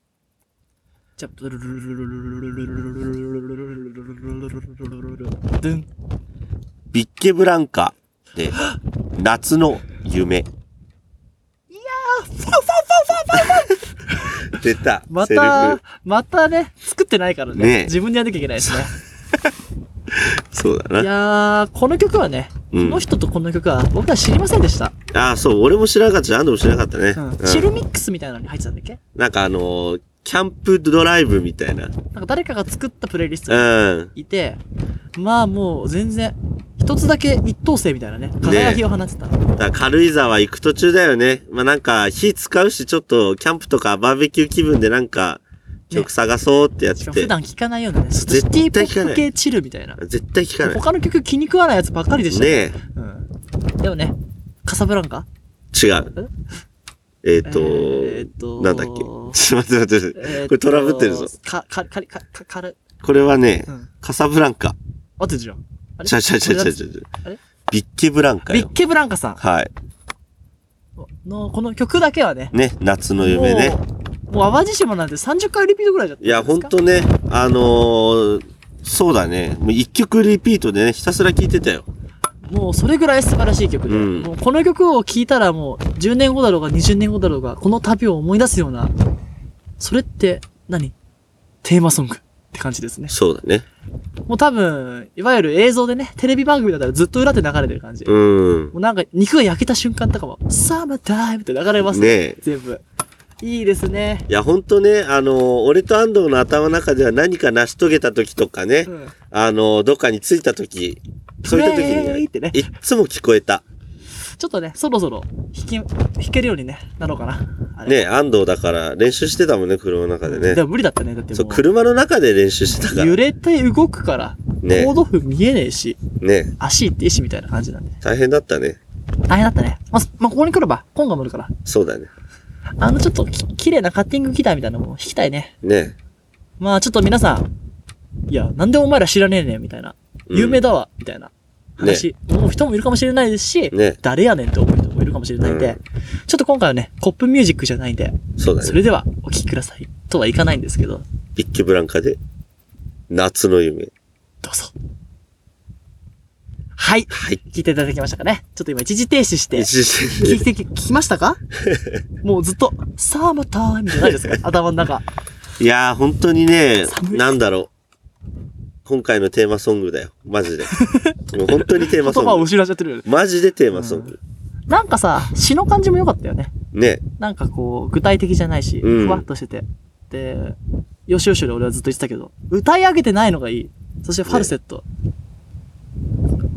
[SPEAKER 2] じゃあ、ドゥルルルルルルルルルルルルルルルルルルルルルルルルルドゥン。
[SPEAKER 1] ビッケブランカで、夏の夢。いやー、出た。
[SPEAKER 2] ま
[SPEAKER 1] セル
[SPEAKER 2] た
[SPEAKER 1] フ、
[SPEAKER 2] またね、作ってないから
[SPEAKER 1] ね
[SPEAKER 2] ね
[SPEAKER 1] え。
[SPEAKER 2] 自分でやんなきゃいけな いですね。
[SPEAKER 1] そうだ
[SPEAKER 2] い
[SPEAKER 1] な。
[SPEAKER 2] やー、この曲はね、
[SPEAKER 1] う
[SPEAKER 2] こ
[SPEAKER 1] ん
[SPEAKER 2] の。人とこの曲は僕は知りませんでした。
[SPEAKER 1] ああ、そう、俺も知らなかったし、アンドも知らなかったね。
[SPEAKER 2] うん
[SPEAKER 1] うん
[SPEAKER 2] チルミックスみたいなのに入ってたんだっけ
[SPEAKER 1] なんかあのーキャンプドライブみたいな。
[SPEAKER 2] なんか誰かが作ったプレイリストが
[SPEAKER 1] うん。
[SPEAKER 2] いて、まあもう全然、一つだけ一等星みたいなね、輝きを放ってた。
[SPEAKER 1] だから軽井沢行く途中だよね。まあ、なんか火使うし、ちょっとキャンプとかバーベキュー気分でなんか曲探そうってやって
[SPEAKER 2] しかも
[SPEAKER 1] て。
[SPEAKER 2] 普段聞かないようなね、シ
[SPEAKER 1] 絶
[SPEAKER 2] ティポ
[SPEAKER 1] 対聞
[SPEAKER 2] ッ
[SPEAKER 1] かな
[SPEAKER 2] プ
[SPEAKER 1] い
[SPEAKER 2] 系チルみたいな。
[SPEAKER 1] 絶対聞かない。
[SPEAKER 2] 他の曲気に食わないやつばっかりでした。
[SPEAKER 1] ね
[SPEAKER 2] うん。でもね、カサブランカ
[SPEAKER 1] え。違う。えっ、と
[SPEAKER 2] えーっと
[SPEAKER 1] なんだっけ。ちょっと待って待って待って。これトラブってるぞ。。
[SPEAKER 2] か、か、か、か、か、かる。
[SPEAKER 1] これはね、
[SPEAKER 2] うん。
[SPEAKER 1] カサブランカ。
[SPEAKER 2] 合ってるじゃん。あれ
[SPEAKER 1] ちゃちゃちゃちゃち
[SPEAKER 2] こ
[SPEAKER 1] ゃち
[SPEAKER 2] あれ
[SPEAKER 1] ゃ。ビッケブランカ
[SPEAKER 2] ビッ
[SPEAKER 1] よ。
[SPEAKER 2] ケブランカさん
[SPEAKER 1] はい。
[SPEAKER 2] の、この曲だけはね、
[SPEAKER 1] ね、夏の夢ね。
[SPEAKER 2] もう、もう淡路島なんて30回リピートぐらいだったん
[SPEAKER 1] い
[SPEAKER 2] じゃ
[SPEAKER 1] や、
[SPEAKER 2] なで
[SPEAKER 1] ほ
[SPEAKER 2] す
[SPEAKER 1] ん
[SPEAKER 2] か
[SPEAKER 1] とね、あのーそうだね。もう一曲リピートでね、ひたすら聴いてたよ。
[SPEAKER 2] もうそれぐらい素晴らしい曲で、
[SPEAKER 1] うん
[SPEAKER 2] もうこの曲を聴いたらもう10年後だろうが20年後だろうが、この旅を思い出すような、それって何テーマソングって感じですね。
[SPEAKER 1] そうだね。
[SPEAKER 2] もう多分、いわゆる映像でね、テレビ番組だったらずっと裏で流れてる感じ。も
[SPEAKER 1] うん。
[SPEAKER 2] うなんか肉が焼けた瞬間とかも、サマータイムって流れます
[SPEAKER 1] ね
[SPEAKER 2] ね。
[SPEAKER 1] え。
[SPEAKER 2] 全部。いいですね。
[SPEAKER 1] いや、ほんとね、あの、俺と安藤の頭の中では何か成し遂げた時とかね
[SPEAKER 2] う、ん。
[SPEAKER 1] あの、どっかに着いた時、そういった時
[SPEAKER 2] プレイ
[SPEAKER 1] に
[SPEAKER 2] っ、てね。
[SPEAKER 1] いっつも聞こえた。
[SPEAKER 2] ちょっとね、そろそろ弾き、弾けるようにね、なろうかな。あれ。
[SPEAKER 1] ね、安藤だから練習してたもんね、車の中で
[SPEAKER 2] で
[SPEAKER 1] ね。
[SPEAKER 2] も無理だったね。だって
[SPEAKER 1] そ
[SPEAKER 2] も
[SPEAKER 1] う、
[SPEAKER 2] う。
[SPEAKER 1] 車の中で練習してたから。
[SPEAKER 2] 揺れて動くから、
[SPEAKER 1] ね
[SPEAKER 2] 行動譜見えねえし、
[SPEAKER 1] ね、
[SPEAKER 2] 足行ってしみたいな感じなんで。
[SPEAKER 1] 大変だったね。
[SPEAKER 2] 大変だったね。まあ、すまあ、ここに来れば、今が乗るから。
[SPEAKER 1] そうだね。
[SPEAKER 2] あの、ちょっとき、綺麗なカッティングギターみたいなのも弾きたいね。
[SPEAKER 1] ね、
[SPEAKER 2] まあ、ちょっと皆さん、いや、なんでお前ら知らねえねん、みたいな。
[SPEAKER 1] うん
[SPEAKER 2] 有名だわ、みたいな話、思う人もいるかもしれないですし、
[SPEAKER 1] ね。
[SPEAKER 2] 誰やねんって思う人もいるかもしれないんで、
[SPEAKER 1] うん
[SPEAKER 2] ちょっと今回はね、コップミュージックじゃないんで、
[SPEAKER 1] そうだ
[SPEAKER 2] そ
[SPEAKER 1] ね。
[SPEAKER 2] れではお聴きくださいとはいかないんですけど、
[SPEAKER 1] ビッケブランカで、夏の夢。
[SPEAKER 2] どうぞ。はい。
[SPEAKER 1] はい。
[SPEAKER 2] 聞いていただきましたかねちょっと今一時停止して、
[SPEAKER 1] 一時
[SPEAKER 2] 聞
[SPEAKER 1] 停
[SPEAKER 2] いて、聞きました かもうずっと、サーマタイムじゃないですか頭の 中。
[SPEAKER 1] 止いやー、本当にね
[SPEAKER 2] 寒、い
[SPEAKER 1] なんだろう。今回のテーマソングだよ。マ ジで。もう本当にテーマ
[SPEAKER 2] 言
[SPEAKER 1] ソ
[SPEAKER 2] 葉を
[SPEAKER 1] ング。
[SPEAKER 2] 失っちゃってるよね。
[SPEAKER 1] マジでテーマソング。
[SPEAKER 2] なんかさ、詩の感じも良かったよね。
[SPEAKER 1] ね。
[SPEAKER 2] なんかこう、具体的じゃないし、
[SPEAKER 1] うん
[SPEAKER 2] ふわっとしてて。で、よしよしで俺はずっと言ってたけど、歌い上げてないのがいい。そしてファルセット。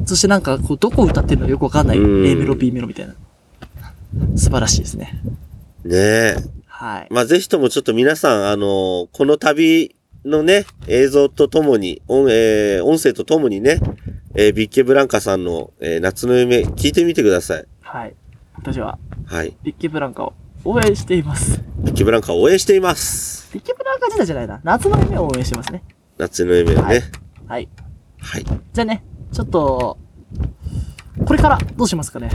[SPEAKER 2] そしてなんかこう、どこを歌ってるのかよくわかんない。A
[SPEAKER 1] うん
[SPEAKER 2] メロ、B メロみたいな。素晴らしいですね。
[SPEAKER 1] ねえ。
[SPEAKER 2] はい。
[SPEAKER 1] まあ、ぜひともちょっと皆さん、あのーこの旅のね、映像とともに、音、えー音声とともにね、えービッケブランカさんの、えー夏の夢、聞いてみてください。
[SPEAKER 2] はい。私は、
[SPEAKER 1] はい。
[SPEAKER 2] ビッケブランカを応援しています。
[SPEAKER 1] ビッケブランカを応援しています。
[SPEAKER 2] ビッケブランカ時代じゃないな。夏の夢を応援してますね。
[SPEAKER 1] 夏の夢をね。
[SPEAKER 2] はい。
[SPEAKER 1] はい。い
[SPEAKER 2] じゃあね、ちょっと、これからどうしますかね。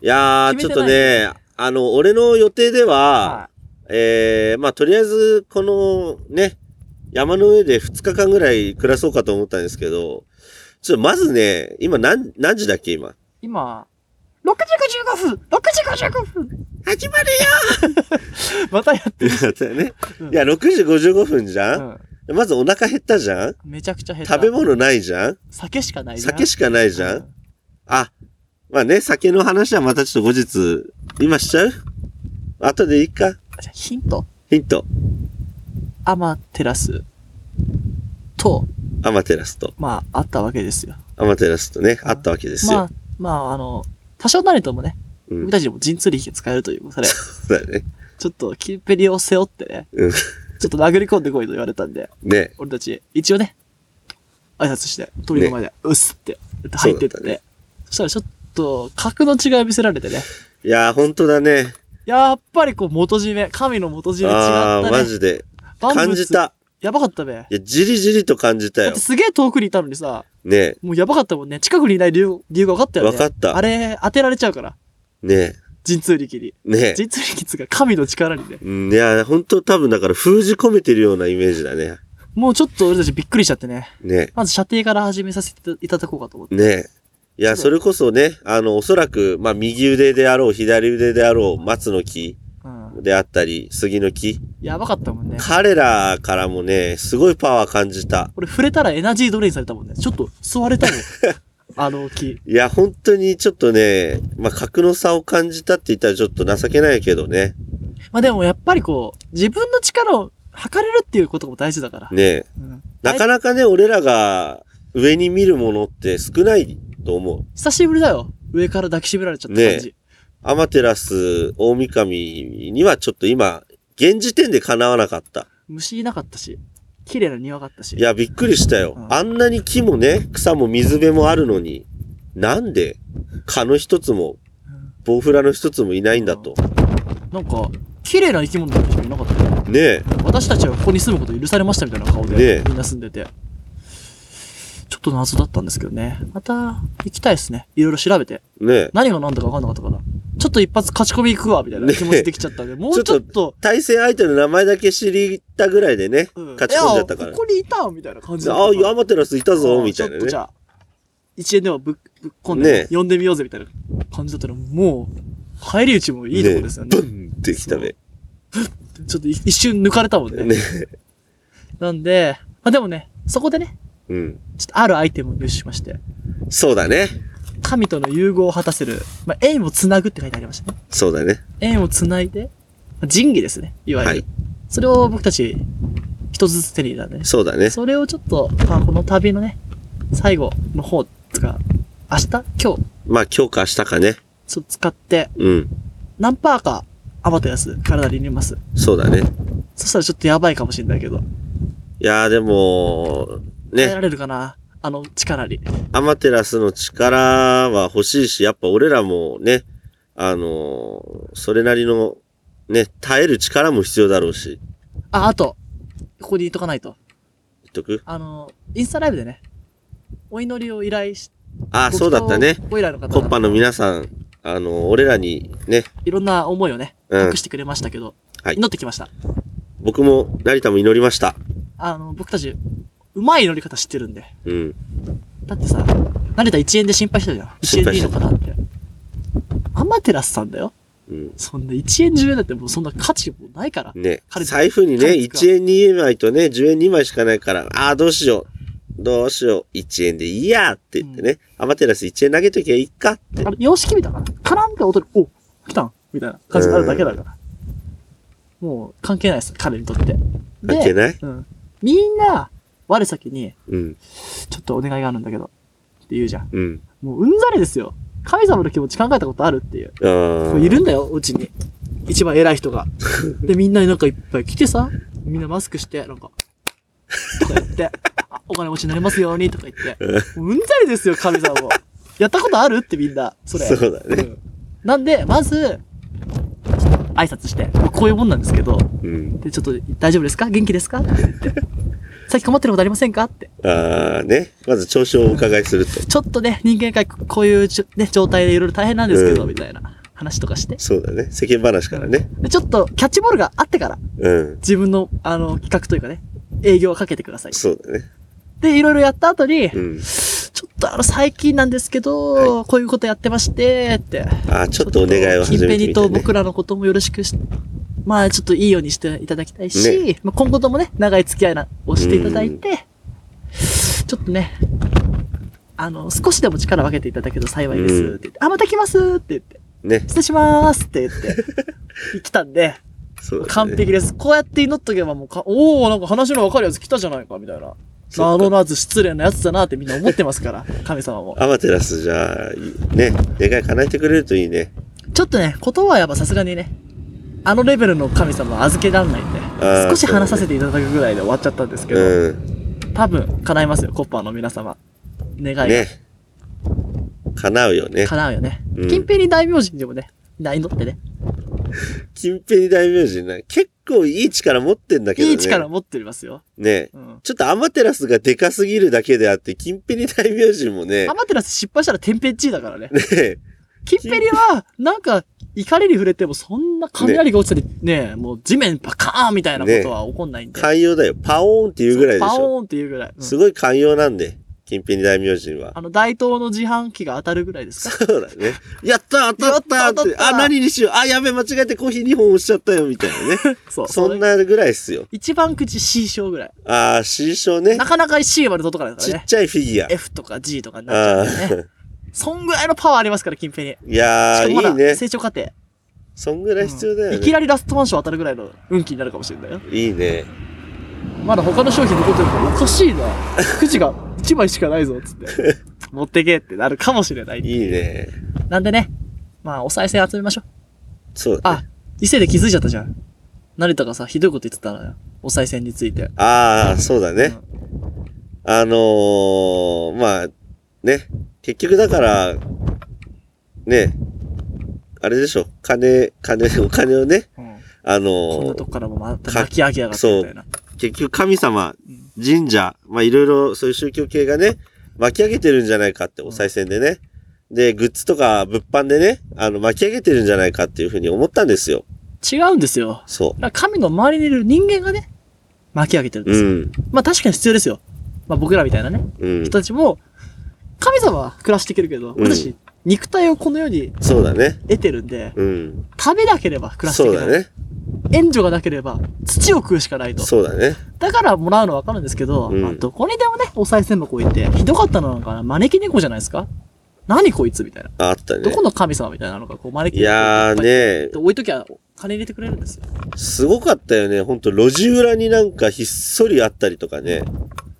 [SPEAKER 1] やー、
[SPEAKER 2] 決
[SPEAKER 1] ちょ
[SPEAKER 2] め
[SPEAKER 1] って
[SPEAKER 2] な
[SPEAKER 1] と
[SPEAKER 2] い
[SPEAKER 1] ね、あの、俺の予定では、
[SPEAKER 2] は
[SPEAKER 1] えー、まあ、とりあえず、この、ね、山の上で2日間ぐらい暮らそうかと思ったんですけど、ちょっとまずね、今何、何時だっけ今。
[SPEAKER 2] い。今、6時55分 !6 時55分
[SPEAKER 1] 始まるよ
[SPEAKER 2] またや
[SPEAKER 1] っ
[SPEAKER 2] っ
[SPEAKER 1] てなったよね
[SPEAKER 2] うん。
[SPEAKER 1] いや、6時55分じ
[SPEAKER 2] た、
[SPEAKER 1] ゃん、まずお腹減ったじゃん
[SPEAKER 2] めちゃくちゃ減った。
[SPEAKER 1] 食べ物ないじゃん
[SPEAKER 2] 酒しかないじゃん。
[SPEAKER 1] 酒しかないじゃ
[SPEAKER 2] うん
[SPEAKER 1] あ、まあね、酒の話はまたちょっと後日、今しちゃう後でいいか
[SPEAKER 2] じゃあヒント。
[SPEAKER 1] ヒント。
[SPEAKER 2] アマテラスと、
[SPEAKER 1] アマテラスと。
[SPEAKER 2] まあ、あったわけですよ。
[SPEAKER 1] アマテラスとね、あったわけです
[SPEAKER 2] ま
[SPEAKER 1] よ。
[SPEAKER 2] あ、まあ、あの、多少なりともね、
[SPEAKER 1] うん
[SPEAKER 2] 僕たちでも陣通力が使えるということ で、
[SPEAKER 1] そうだね。
[SPEAKER 2] ちょっとキンペリを背負ってね、
[SPEAKER 1] うん。
[SPEAKER 2] ちょっと殴り込んでこいと言われたんで、
[SPEAKER 1] ね。
[SPEAKER 2] 俺たち、一応ね、挨拶して、鳥の前で、うっすって、入ってっ
[SPEAKER 1] そ
[SPEAKER 2] て、
[SPEAKER 1] うだった
[SPEAKER 2] そしたらちょっと、格の違い見せられてね、
[SPEAKER 1] いやー、ほんとだね。
[SPEAKER 2] やっぱりこう元締め、神の元締め違
[SPEAKER 1] あ
[SPEAKER 2] った
[SPEAKER 1] ー、
[SPEAKER 2] ね
[SPEAKER 1] マ。ジで。
[SPEAKER 2] 万物
[SPEAKER 1] 感じ。た。
[SPEAKER 2] やばかったべ。
[SPEAKER 1] いや、じりじりと感じた
[SPEAKER 2] だっ
[SPEAKER 1] よ
[SPEAKER 2] て。すげえ遠くにいたのにさ、
[SPEAKER 1] ね。
[SPEAKER 2] もうやばかったもんね。近くにいない理由理由が分かったよね。
[SPEAKER 1] 分かった
[SPEAKER 2] あれ、当てられちゃうから。
[SPEAKER 1] ね。
[SPEAKER 2] 神通力に。
[SPEAKER 1] ね。
[SPEAKER 2] 神通力っつうか神の力にね。
[SPEAKER 1] うんいや、ほんと多分だから封じ込めてるようなイメージだね。
[SPEAKER 2] もうちょっと俺たちびっくりしちゃってね。
[SPEAKER 1] ね。
[SPEAKER 2] まず射程から始めさせていただこうかと思って。
[SPEAKER 1] ねえ。いや、それこそね、あの、おそらく、まあ、右腕であろう、左腕であろう、松の木
[SPEAKER 2] うん。
[SPEAKER 1] であったり、杉の木。
[SPEAKER 2] やばかったもんね。
[SPEAKER 1] 彼らからもね、すごいパワー感じた。
[SPEAKER 2] 俺触れたらエナジードレインされたもんね。ちょっと座れたも ん。あの木。
[SPEAKER 1] いや、本当にちょっとね、まあ、格の差を感じたって言ったらちょっと情けないけどね。
[SPEAKER 2] まあでもやっぱりこう、自分の力を測れるっていうことも大事だから。
[SPEAKER 1] ねえ。
[SPEAKER 2] うん、
[SPEAKER 1] なかなかね、俺らが上に見るものって少ないと思う。
[SPEAKER 2] 久しぶりだよ。上から抱きしめられちゃった感じ。
[SPEAKER 1] アマテラス、大神にはちょっと今、現時点で叶わなかった。
[SPEAKER 2] 虫いなかったし、綺麗な庭があったし。
[SPEAKER 1] いや、びっくりしたよ
[SPEAKER 2] う。ん
[SPEAKER 1] あんなに木もね、草も水辺もあるのに、なんで、蚊の一つも、
[SPEAKER 2] うん
[SPEAKER 1] ボウフラの一つもいないんだと。
[SPEAKER 2] なんか、綺麗な生き物だった人いなかったよ。
[SPEAKER 1] ねえ、
[SPEAKER 2] 私たちはここに住むこと許されましたみたいな顔で、
[SPEAKER 1] ねえ
[SPEAKER 2] みんな住んでて。ちょっと謎だったんですけどね。また、行きたいですね。いろいろ調べて。
[SPEAKER 1] ねえ。
[SPEAKER 2] 何が何だか分かんなかったから。ちょっと一発勝ち込み行くわ、みたいな
[SPEAKER 1] ねえ
[SPEAKER 2] 気持ちできちゃったんで、もうちょっと、
[SPEAKER 1] 対戦相手の名前だけ知りたぐらいでね、
[SPEAKER 2] うん
[SPEAKER 1] 勝ち込んじゃったか
[SPEAKER 2] い
[SPEAKER 1] ら
[SPEAKER 2] や。ここにいたみたいな感じだった
[SPEAKER 1] あ
[SPEAKER 2] か
[SPEAKER 1] あ、
[SPEAKER 2] ら
[SPEAKER 1] アマテラスいたぞ、みたい
[SPEAKER 2] ちょ
[SPEAKER 1] な
[SPEAKER 2] っとじ
[SPEAKER 1] ね
[SPEAKER 2] ゃ。あ、一円でもぶっぶっ込ん
[SPEAKER 1] ね
[SPEAKER 2] で
[SPEAKER 1] え、
[SPEAKER 2] 呼んでみようぜみたいな感じだったら、もう、入り口もいいとこですよね。
[SPEAKER 1] ブンってきたね。
[SPEAKER 2] ちょっとい一瞬抜かれたもんね。
[SPEAKER 1] ね
[SPEAKER 2] なんで、まあでもね、そこでね、
[SPEAKER 1] うん。
[SPEAKER 2] ちょっとあるアイテムを入手しまして、
[SPEAKER 1] そうだね。
[SPEAKER 2] 神との融合を果たせる、まあ、縁をつなぐって書いてありましたね。
[SPEAKER 1] そうだね。
[SPEAKER 2] 縁をつないで、まあ、神器ですね、いわゆる。
[SPEAKER 1] はい
[SPEAKER 2] それを僕たち、一つずつ手に入れたんでね。
[SPEAKER 1] そうだね。
[SPEAKER 2] それをちょっと、まあ、この旅のね、最後の方、つか、明日、今日、ちょっ
[SPEAKER 1] まあ、今日か明日かね。
[SPEAKER 2] と使って、
[SPEAKER 1] うん。
[SPEAKER 2] 何パーか、アマテラス、体に入れます。
[SPEAKER 1] そうだね。
[SPEAKER 2] そしたらちょっとやばいかもしれないけど、
[SPEAKER 1] いやーでも、
[SPEAKER 2] 耐えら
[SPEAKER 1] ね、
[SPEAKER 2] れるかなあの力に。
[SPEAKER 1] アマテラスの力は欲しいし、やっぱ俺らもね、あのーそれなりの、ね、耐える力も必要だろうし、
[SPEAKER 2] あ、あと、ここに言っとかないと。
[SPEAKER 1] 言っとく
[SPEAKER 2] あの、インスタライブでね、お祈りを依頼し、
[SPEAKER 1] あ、そうだったね。。
[SPEAKER 2] オイラの方
[SPEAKER 1] コッパ
[SPEAKER 2] が
[SPEAKER 1] の皆さん、あの、俺らにね、
[SPEAKER 2] いろんな思いをね、
[SPEAKER 1] うん
[SPEAKER 2] 託してくれましたけど、
[SPEAKER 1] はい
[SPEAKER 2] 祈ってきました。
[SPEAKER 1] 僕も成田も祈りました。
[SPEAKER 2] あの、僕たち、うまい祈り方知ってるんで。
[SPEAKER 1] うん。
[SPEAKER 2] だってさ、成田1円で心配したじゃん。1
[SPEAKER 1] 心
[SPEAKER 2] 円で
[SPEAKER 1] 配
[SPEAKER 2] いい
[SPEAKER 1] した
[SPEAKER 2] のかなって。アマテラスさんだよ。
[SPEAKER 1] うん。
[SPEAKER 2] そんな1円10円だってもうそんな価値もうないから。
[SPEAKER 1] ね
[SPEAKER 2] 彼、
[SPEAKER 1] 財布にね、
[SPEAKER 2] 彼
[SPEAKER 1] 1円2枚とね、10円2枚しかないから、ああ、どうしよう。どうしよう。1円でいいやって言ってね、アマテラス1円投げときゃいいかって。
[SPEAKER 2] あの、様式見たから。カランって音で、お来たんみたいな感じになるだけだから。もう関係ないです、彼にとって。
[SPEAKER 1] 関係
[SPEAKER 2] で、
[SPEAKER 1] ない
[SPEAKER 2] うん。みんな、我先に、
[SPEAKER 1] うん。
[SPEAKER 2] ちょっとお願いがあるんだけど、って言うじゃん。
[SPEAKER 1] うん。
[SPEAKER 2] もううんざりですよ。神様の気持ち考えたことあるっていう。
[SPEAKER 1] あー
[SPEAKER 2] いるんだよ、うちに。一番偉い人 が。で、みんなになんかいっぱい来てさ、みんなマスクして、なんか、とか言って、あお金持ちになりますようにとか言って。もううんざりですよ、神様も。やったことあるってみんな、それ。
[SPEAKER 1] そうだね。
[SPEAKER 2] うんなんで、まず、挨拶して、こういうもんなんですけど、
[SPEAKER 1] うん。
[SPEAKER 2] で、ちょっと大丈夫ですか元気ですかって言 って。最近困ってることありませんかって。
[SPEAKER 1] ああ、ね。まず調子をお伺いすると。
[SPEAKER 2] ちょっとね、人間界、こういうじょ、ね、状態でいろいろ大変なんですけど、
[SPEAKER 1] うん
[SPEAKER 2] みたいな話とかして。
[SPEAKER 1] そうだね。世間話からね。
[SPEAKER 2] で、ちょっとキャッチボールがあってから、
[SPEAKER 1] うん。
[SPEAKER 2] 自分の、あの、企画というかね、営業をかけてください。
[SPEAKER 1] そうだね。
[SPEAKER 2] で、いろいろやった後に、
[SPEAKER 1] うん。
[SPEAKER 2] ちょっとあの、最近なんですけど、こういうことやってまして、って。
[SPEAKER 1] ああ、ちょっとお願いを
[SPEAKER 2] ちょ
[SPEAKER 1] 始め
[SPEAKER 2] っと近
[SPEAKER 1] て
[SPEAKER 2] 辺
[SPEAKER 1] み
[SPEAKER 2] に
[SPEAKER 1] て、
[SPEAKER 2] と
[SPEAKER 1] ね。
[SPEAKER 2] 僕らのこともよろしくし、まあ、ちょっといいようにしていただきたいし、まあ、今後ともね、長い付き合いなをしていただいて、ちょっとね、あの、少しでも力を分けていただけると幸いです、って言って、あ、また来ますって言って、
[SPEAKER 1] ね。
[SPEAKER 2] 失礼しますって言って、来たんで、
[SPEAKER 1] そうだね。
[SPEAKER 2] 完璧です。こうやって祈っとけばもうか、おおなんか話の分かるやつ来たじゃないか、みたいな。
[SPEAKER 1] そっか
[SPEAKER 2] なるなず失礼なやつだなってみんな思ってますから、神様も。
[SPEAKER 1] アマテラスじゃあ、ね、願い叶えてくれるといいね。
[SPEAKER 2] ちょっとね、言葉はやっぱさすがにね、あのレベルの神様は預けられないんで
[SPEAKER 1] あー、
[SPEAKER 2] 少し話させていただくぐらいで終わっちゃったんですけど、
[SPEAKER 1] うん。
[SPEAKER 2] 多分叶いますよ、コッパーの皆様。願いが、
[SPEAKER 1] ね。叶うよね。
[SPEAKER 2] 叶うよね。
[SPEAKER 1] うん
[SPEAKER 2] 近辺に大名人でもね、みんな祈ってね。
[SPEAKER 1] 近辺大名人な。結構いい力持ってんだけどね。
[SPEAKER 2] いい力持ってますよ。
[SPEAKER 1] ね。
[SPEAKER 2] うん。
[SPEAKER 1] ちょっとアマテラスがでかすぎるだけであって、近辺大名人もね
[SPEAKER 2] ア、マテラス失敗したら天変地異だからね。
[SPEAKER 1] ね、
[SPEAKER 2] キンペリは、なんか、怒りに触れても、そんな雷が落ちたり、ねもう地面パカーンみたいなことは起こんないんで。
[SPEAKER 1] 寛容だよ。パオーンっていうぐらいで
[SPEAKER 2] パ
[SPEAKER 1] しょ。
[SPEAKER 2] オーンっていうぐらい。うん
[SPEAKER 1] すごい寛容なんで、近辺大名人は。
[SPEAKER 2] あの、大東の自販機が当たるぐらいですか
[SPEAKER 1] そうだね。やった当たった
[SPEAKER 2] や
[SPEAKER 1] っ
[SPEAKER 2] ってた当たった
[SPEAKER 1] あ、何にしようあ、やべ、間違えてコーヒー2本押しちゃったよ、みたいなね。
[SPEAKER 2] そう。
[SPEAKER 1] そん
[SPEAKER 2] れ。
[SPEAKER 1] なぐらいっすよ。
[SPEAKER 2] 一番口 C 賞ぐらい。
[SPEAKER 1] あー、新章ね
[SPEAKER 2] な。かなか C まで届かないか
[SPEAKER 1] ち
[SPEAKER 2] ら
[SPEAKER 1] っ
[SPEAKER 2] ね。
[SPEAKER 1] ちゃいフィギュア。
[SPEAKER 2] F とか G とかにな
[SPEAKER 1] あ
[SPEAKER 2] っちゃうんだよね。
[SPEAKER 1] ー
[SPEAKER 2] そんぐらいのパワーありますから、キンペリ。
[SPEAKER 1] い
[SPEAKER 2] し
[SPEAKER 1] や
[SPEAKER 2] か
[SPEAKER 1] ー、
[SPEAKER 2] もま
[SPEAKER 1] いい
[SPEAKER 2] だ
[SPEAKER 1] ね。
[SPEAKER 2] 成長過程。
[SPEAKER 1] そんぐらい必要だよね。
[SPEAKER 2] いきなりラストマンション当たるぐらいの運気になるかもしれないよ。
[SPEAKER 1] いいね。
[SPEAKER 2] まだ他の商品残ってるから、おかしい な。くじが1枚しかないぞ、つって。持ってけってなるかもしれない。
[SPEAKER 1] いいね。
[SPEAKER 2] なんでね、まあ、お賽銭集めましょう。
[SPEAKER 1] そうだね。
[SPEAKER 2] あ、伊勢で気づいちゃったじゃん。成田がさ、ひどいこと言ってたのよ。お賽銭について。
[SPEAKER 1] ああ、そうだね。あのー、まあ、ね。結局だから、ね。あれでしょ。金、金、お金をね。
[SPEAKER 2] うん
[SPEAKER 1] あの
[SPEAKER 2] こんな
[SPEAKER 1] ー
[SPEAKER 2] とこからもまた
[SPEAKER 1] か
[SPEAKER 2] 巻き上げやがってみたいな。
[SPEAKER 1] 結局神様
[SPEAKER 2] うん、
[SPEAKER 1] 神社、まあいろいろそういう宗教系がね、巻き上げてるんじゃないかって、お賽銭でね。で、グッズとか物販でね、あの、巻き上げてるんじゃないかっていうふうに思ったんですよ。
[SPEAKER 2] 違うんですよ。
[SPEAKER 1] そ
[SPEAKER 2] だから神の周りにいる人間がね、巻き上げてるん
[SPEAKER 1] う。
[SPEAKER 2] ですよ。
[SPEAKER 1] うん。
[SPEAKER 2] まあ確かに必要ですよ。まあ僕らみたいなね、
[SPEAKER 1] うん
[SPEAKER 2] 人。たちも、神様は暮らしていけるけど、
[SPEAKER 1] うん
[SPEAKER 2] 俺たち、肉体をこの世に
[SPEAKER 1] そうだね。
[SPEAKER 2] 得てるんで、
[SPEAKER 1] うん。
[SPEAKER 2] 食べなければ暮らしてい
[SPEAKER 1] そう
[SPEAKER 2] けな
[SPEAKER 1] だ
[SPEAKER 2] い。
[SPEAKER 1] ね。
[SPEAKER 2] 援助がなければ土を食うしかないと。
[SPEAKER 1] そうだね。
[SPEAKER 2] だからもらうのわかるんですけど、
[SPEAKER 1] うん
[SPEAKER 2] まあどこにでもね、お賽銭箱置いて、ひどかったのなんかな、招き猫じゃないですか何こいつみたいな。
[SPEAKER 1] あった
[SPEAKER 2] ど
[SPEAKER 1] ね
[SPEAKER 2] こ。の神様みたいなのがこう招き
[SPEAKER 1] い
[SPEAKER 2] 猫が
[SPEAKER 1] や
[SPEAKER 2] いっ
[SPEAKER 1] ー
[SPEAKER 2] ぱい
[SPEAKER 1] ね、
[SPEAKER 2] 置いときゃ、金入れてくれるんですよ。
[SPEAKER 1] すごかったよね。ほんと、路地裏になんかひっそりあったりとかね。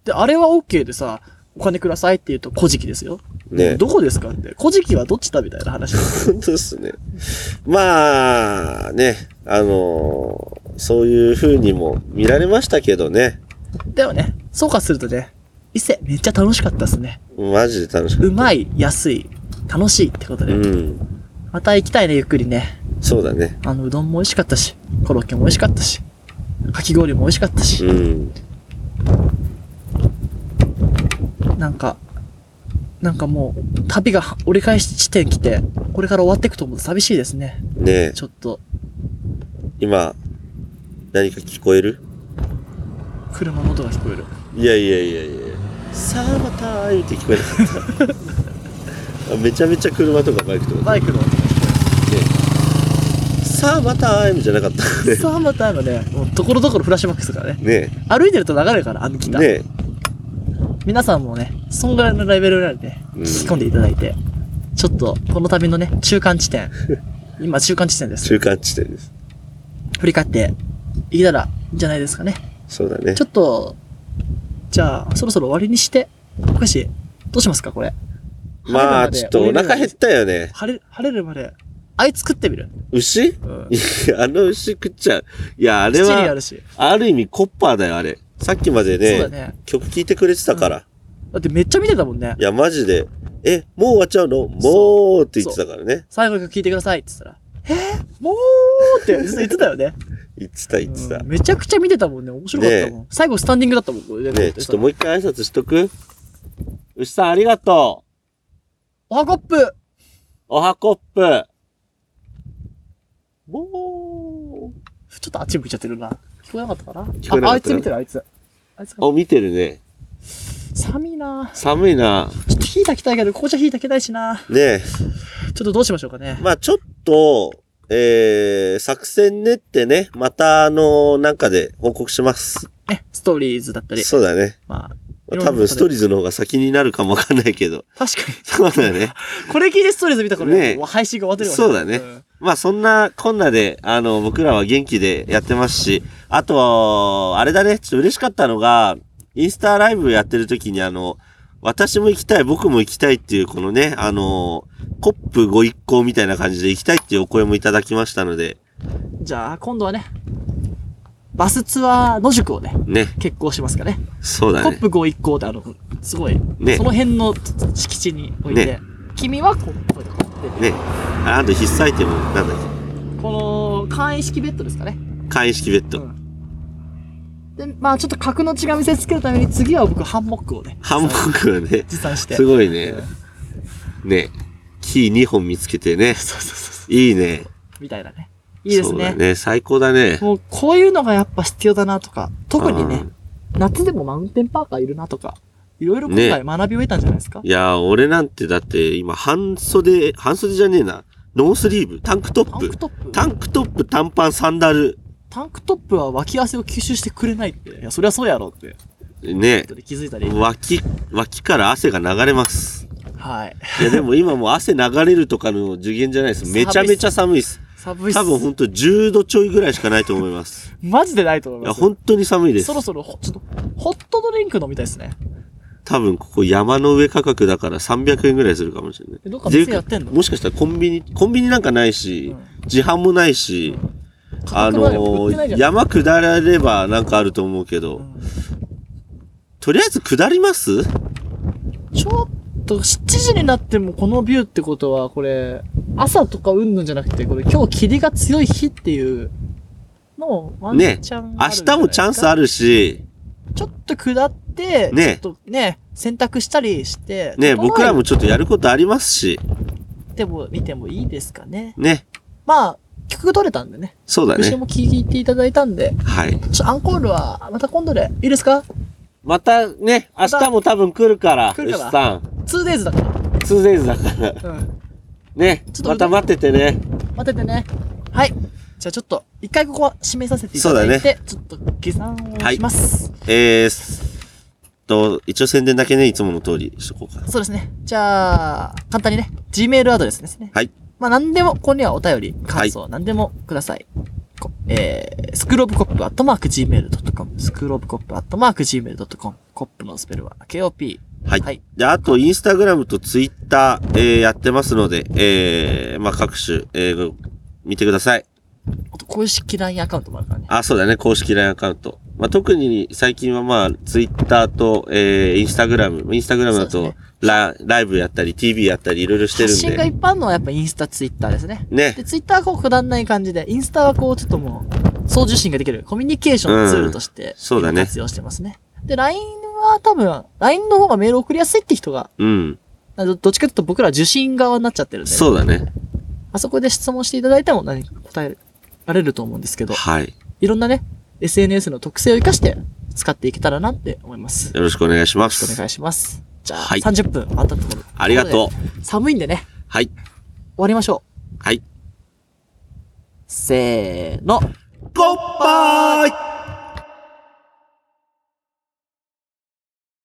[SPEAKER 2] で、あれは OK でさ、お金くださいって言うと、古事記ですよ。
[SPEAKER 1] ね。
[SPEAKER 2] どこですかって。古事記はどっちだみたいな話です。
[SPEAKER 1] ほんとっすね。まあ、ね、あのーそういう風にも見られましたけどね。
[SPEAKER 2] でもね、総括するとね、伊勢めっちゃ楽しかったっすね。
[SPEAKER 1] マジで楽しかっ
[SPEAKER 2] うまい、安い、楽しいってこと
[SPEAKER 1] た。
[SPEAKER 2] で。
[SPEAKER 1] うん。
[SPEAKER 2] また行きたいね、ゆっくりね。
[SPEAKER 1] そうだね。
[SPEAKER 2] あの、うどんも美味しかったし、コロッケも美味しかったし、かき氷も美味しかったし。
[SPEAKER 1] うん。
[SPEAKER 2] なんか、なんかもう、旅が折り返し地点来て、これから終わっていくと思うと寂しいですね。
[SPEAKER 1] ねえ、
[SPEAKER 2] ちょっと、
[SPEAKER 1] 今、何か聞こえる
[SPEAKER 2] 車の音が聞こえる。
[SPEAKER 1] いやいやいやいやさあまたーって聞こえなかった。 あめちゃめちゃ車とかバイクとか
[SPEAKER 2] バイクの音が
[SPEAKER 1] さあまたーじゃなかった
[SPEAKER 2] 聞こえる。そう、またあのね、もうところどころフラッシュバックするからね。
[SPEAKER 1] ね。ね
[SPEAKER 2] 歩いてると流れるから、あのギ
[SPEAKER 1] え。
[SPEAKER 2] ター。
[SPEAKER 1] ねえ。
[SPEAKER 2] 皆さんもね、そんぐらいのレベルなんで、ね、
[SPEAKER 1] うん
[SPEAKER 2] 聞き込んでいただいて、ちょっと、この旅のね、中間地 点。今、中間地点です。
[SPEAKER 1] 中間地点です。
[SPEAKER 2] 振り返って、いけたら、いいんじゃないですかね。
[SPEAKER 1] そうだね
[SPEAKER 2] ち。ょっと、じゃあ、そろそろ終わりにして、おかし、どうしますか、これ。
[SPEAKER 1] まあ、
[SPEAKER 2] 晴れるまで
[SPEAKER 1] ちょっとお腹減ったよね。
[SPEAKER 2] 晴れ、晴れるまで、あいつ食ってみる。
[SPEAKER 1] 牛
[SPEAKER 2] うん。
[SPEAKER 1] いやあの牛食っちゃう。いや、あれ
[SPEAKER 2] 口にあ
[SPEAKER 1] は、
[SPEAKER 2] るし。
[SPEAKER 1] ある意味コッパーだよ、あれ。さっきまで
[SPEAKER 2] そうだ
[SPEAKER 1] ね、
[SPEAKER 2] ね。
[SPEAKER 1] 曲聴いてくれてたから。
[SPEAKER 2] だってめっちゃ見てたもんね
[SPEAKER 1] い。や、マジで、え、もう終わっちゃうのも
[SPEAKER 2] そう
[SPEAKER 1] うって言ってたからね。
[SPEAKER 2] 最後の曲聴いてくださいって言ったら、えー、もうってずっと言ってたよね。
[SPEAKER 1] 言って た、言ってた。
[SPEAKER 2] うん
[SPEAKER 1] ね
[SPEAKER 2] めちゃくちゃ見てたもんね。面白かったもん。最後スタンディングだったもん、これ
[SPEAKER 1] え、ちょっともう一回挨拶しとく牛さんありがとう
[SPEAKER 2] おはコップ
[SPEAKER 1] おはコップもう
[SPEAKER 2] ちょっとあっち向いちゃってるな。聞こえなかったかな
[SPEAKER 1] 聞こえなかった
[SPEAKER 2] あ、あいつ見てる、あいつ。あいつが
[SPEAKER 1] お、見てるね。
[SPEAKER 2] 寒いな
[SPEAKER 1] 寒いな。
[SPEAKER 2] ちょっと火炊きたいけど、紅茶火炊けないしな
[SPEAKER 1] ね
[SPEAKER 2] ちょっとどうしましょうかね
[SPEAKER 1] え。。まあちょっと、えー、作戦練ってね、またあの、なんかで報告します。
[SPEAKER 2] ね、ストーリーズだったり。
[SPEAKER 1] そうだね。
[SPEAKER 2] まあ、いろんな
[SPEAKER 1] 多分ストーリーズの方が先になるかもわかんないけど。
[SPEAKER 2] 確かに。
[SPEAKER 1] そうだね。
[SPEAKER 2] これ聞いてストーリーズ見たから、
[SPEAKER 1] ねえ
[SPEAKER 2] もう配信が終わってるわ
[SPEAKER 1] そうだね
[SPEAKER 2] ん
[SPEAKER 1] まあそんなこんなで、あの、僕らは元気でやってますし、あとは、あれだね、ちょっと嬉しかったのが、インスタライブやってる時にあの、私も行きたい、僕も行きたいっていう、このね、あの、コップご一行みたいな感じで行きたいっていうお声もいただきましたので、
[SPEAKER 2] じゃあ、今度はね、バスツアー野宿をね、
[SPEAKER 1] ね、
[SPEAKER 2] 決行しますかね。
[SPEAKER 1] そうだ
[SPEAKER 2] コ
[SPEAKER 1] ね
[SPEAKER 2] ッ。プ5一行ってあの、すごい、
[SPEAKER 1] ね
[SPEAKER 2] その辺の敷地に置いて、
[SPEAKER 1] ね
[SPEAKER 2] 君はこう、こうやってこうやって
[SPEAKER 1] ね、ああと必須アイテム、なんだっ
[SPEAKER 2] この、簡易式ベッドですかね。
[SPEAKER 1] け、簡易式ベッド。
[SPEAKER 2] うんで、まあちょっと格の違いを見せつけるために、次は僕、ハンモックをね、
[SPEAKER 1] ハンモックをね、
[SPEAKER 2] 持参して。
[SPEAKER 1] すごいね
[SPEAKER 2] うん、
[SPEAKER 1] ね、キー2本見つけてね、
[SPEAKER 2] そうそうそうそ
[SPEAKER 1] いいね。
[SPEAKER 2] う。みたいなね。いいです
[SPEAKER 1] そうだ
[SPEAKER 2] ね。
[SPEAKER 1] ね、最高だね。
[SPEAKER 2] もう、こういうのがやっぱ必要だなとか、特に
[SPEAKER 1] う
[SPEAKER 2] ね
[SPEAKER 1] ん、
[SPEAKER 2] 夏でもマウンテンパーカーいるなとか、いろいろ今回学びを得たんじゃないですか、
[SPEAKER 1] いやー、俺なんてだって今、半袖、半袖じゃねえな。ノースリーブ、タンクト
[SPEAKER 2] タ
[SPEAKER 1] ッ
[SPEAKER 2] ン
[SPEAKER 1] プ
[SPEAKER 2] ク。トップ
[SPEAKER 1] タンクトップ、短パン、サンダル。
[SPEAKER 2] タンクトップは脇汗を吸収してくれないって。いや、そりゃそうやろって。
[SPEAKER 1] ね
[SPEAKER 2] 後で気づいたり。
[SPEAKER 1] 脇、脇から汗が流れます。
[SPEAKER 2] はい。
[SPEAKER 1] いや、でも今もう汗流れるとかの次元じゃない です。めちゃめちゃ寒いです。
[SPEAKER 2] 寒いっす。
[SPEAKER 1] 多分ほんと10度ちょいぐらいしかないと思います。
[SPEAKER 2] マジでないと思
[SPEAKER 1] い
[SPEAKER 2] い
[SPEAKER 1] や、
[SPEAKER 2] ます。
[SPEAKER 1] 本当に寒いです
[SPEAKER 2] そ。ろそろほ、ちょっと、ホットドリンク飲みたいですね。
[SPEAKER 1] 多分ここ山の上価格だから300円ぐらいするかもしれない。
[SPEAKER 2] えどっか店やってんの
[SPEAKER 1] もしかしたらコンビニ、コンビニなんかないし、
[SPEAKER 2] うん
[SPEAKER 1] 自販もないし、あ
[SPEAKER 2] 価格まで
[SPEAKER 1] の
[SPEAKER 2] 売ってないじゃん。
[SPEAKER 1] 山下らればなんかあると思うけど、とりあえず下ります
[SPEAKER 2] ちょっと、7時になってもこのビューってことは、これ、朝とかうんぬんじゃなくて、これ今日霧が強い日っていうのをワンチ
[SPEAKER 1] ね明
[SPEAKER 2] ャンあるんじゃないですか、
[SPEAKER 1] 日もチャンスあるし、
[SPEAKER 2] ちょっと下って、
[SPEAKER 1] ね
[SPEAKER 2] ちょっとね、洗濯したりして、
[SPEAKER 1] ね、
[SPEAKER 2] 整え
[SPEAKER 1] 僕らもちょっとやることありますし、
[SPEAKER 2] ても、見てもいいですかね。
[SPEAKER 1] ね、
[SPEAKER 2] まあ、曲取れたんでね。
[SPEAKER 1] そうだ
[SPEAKER 2] 曲詞
[SPEAKER 1] ね。
[SPEAKER 2] も聴いていただいたんで、
[SPEAKER 1] はい。
[SPEAKER 2] ちょっとアンコールはまた今度でいいですか
[SPEAKER 1] またね、明日も多分来るから、
[SPEAKER 2] 来るから
[SPEAKER 1] 牛さん。
[SPEAKER 2] ?2days だか
[SPEAKER 1] 2days だから。
[SPEAKER 2] ら。うん。
[SPEAKER 1] ね
[SPEAKER 2] ちょっ、と
[SPEAKER 1] また待っててね。
[SPEAKER 2] 待っててね。はい。じゃあちょっと、一回ここは締めさせていただいて、ちょっと下山をします。
[SPEAKER 1] えーす、と、一応宣伝だけね、いつもの通りしとこうかな。
[SPEAKER 2] そうですね。じゃあ、簡単にね、Gmail アドレスですね。
[SPEAKER 1] はい。
[SPEAKER 2] まあ何でも、ここにはお便り、感想、何でもください。こえー、スクローブコップアットマーク Gmail.com、スクローブコップアットマーク Gmail.com、コップのスペルは KOP。
[SPEAKER 1] はい
[SPEAKER 2] はい。
[SPEAKER 1] で、あと、インスタグラムとツイッター、えーやってますので、えーまあ、各種、えー見てください。
[SPEAKER 2] あと、公式 LINE アカウントもあるからね。
[SPEAKER 1] あ、そうだね。公式 LINE アカウント。まあ、特に最近はまあ、ツイッターと、えー、インスタグラム。インスタグラムだ
[SPEAKER 2] そ
[SPEAKER 1] と
[SPEAKER 2] うで
[SPEAKER 1] ラ、ライブやったり、TV やったり、いろいろして
[SPEAKER 2] 発信
[SPEAKER 1] る
[SPEAKER 2] が
[SPEAKER 1] ん
[SPEAKER 2] 一般のはやっぱインスタ、ツイッターですね。
[SPEAKER 1] で。ね
[SPEAKER 2] で、。ツイッターはこうくだんない感じで、インスタはこうちょっともう、送受信ができるコミュニケーションのツールとして、
[SPEAKER 1] そうだね
[SPEAKER 2] 活用してますね。で、LINE は多分、LINE の方がメール送りやすいって人が
[SPEAKER 1] うん。
[SPEAKER 2] どどっちかというと僕ら受信側になっちゃってるんで、
[SPEAKER 1] そうだね。
[SPEAKER 2] あそこで質問していただいても何か答えられると思うんですけど、
[SPEAKER 1] はい。
[SPEAKER 2] いろんなね、SNS の特性を活かして使っていけたらなって思います。よ
[SPEAKER 1] よろしくお願いしま
[SPEAKER 2] ろしくお
[SPEAKER 1] す。
[SPEAKER 2] 願いします。じゃあ、
[SPEAKER 1] はい
[SPEAKER 2] 30分あったところ。
[SPEAKER 1] ありがとう。
[SPEAKER 2] う。寒いんでね、
[SPEAKER 1] はい。
[SPEAKER 2] 終わりましょう。
[SPEAKER 1] はい。
[SPEAKER 2] せーの。
[SPEAKER 1] ゴッバイ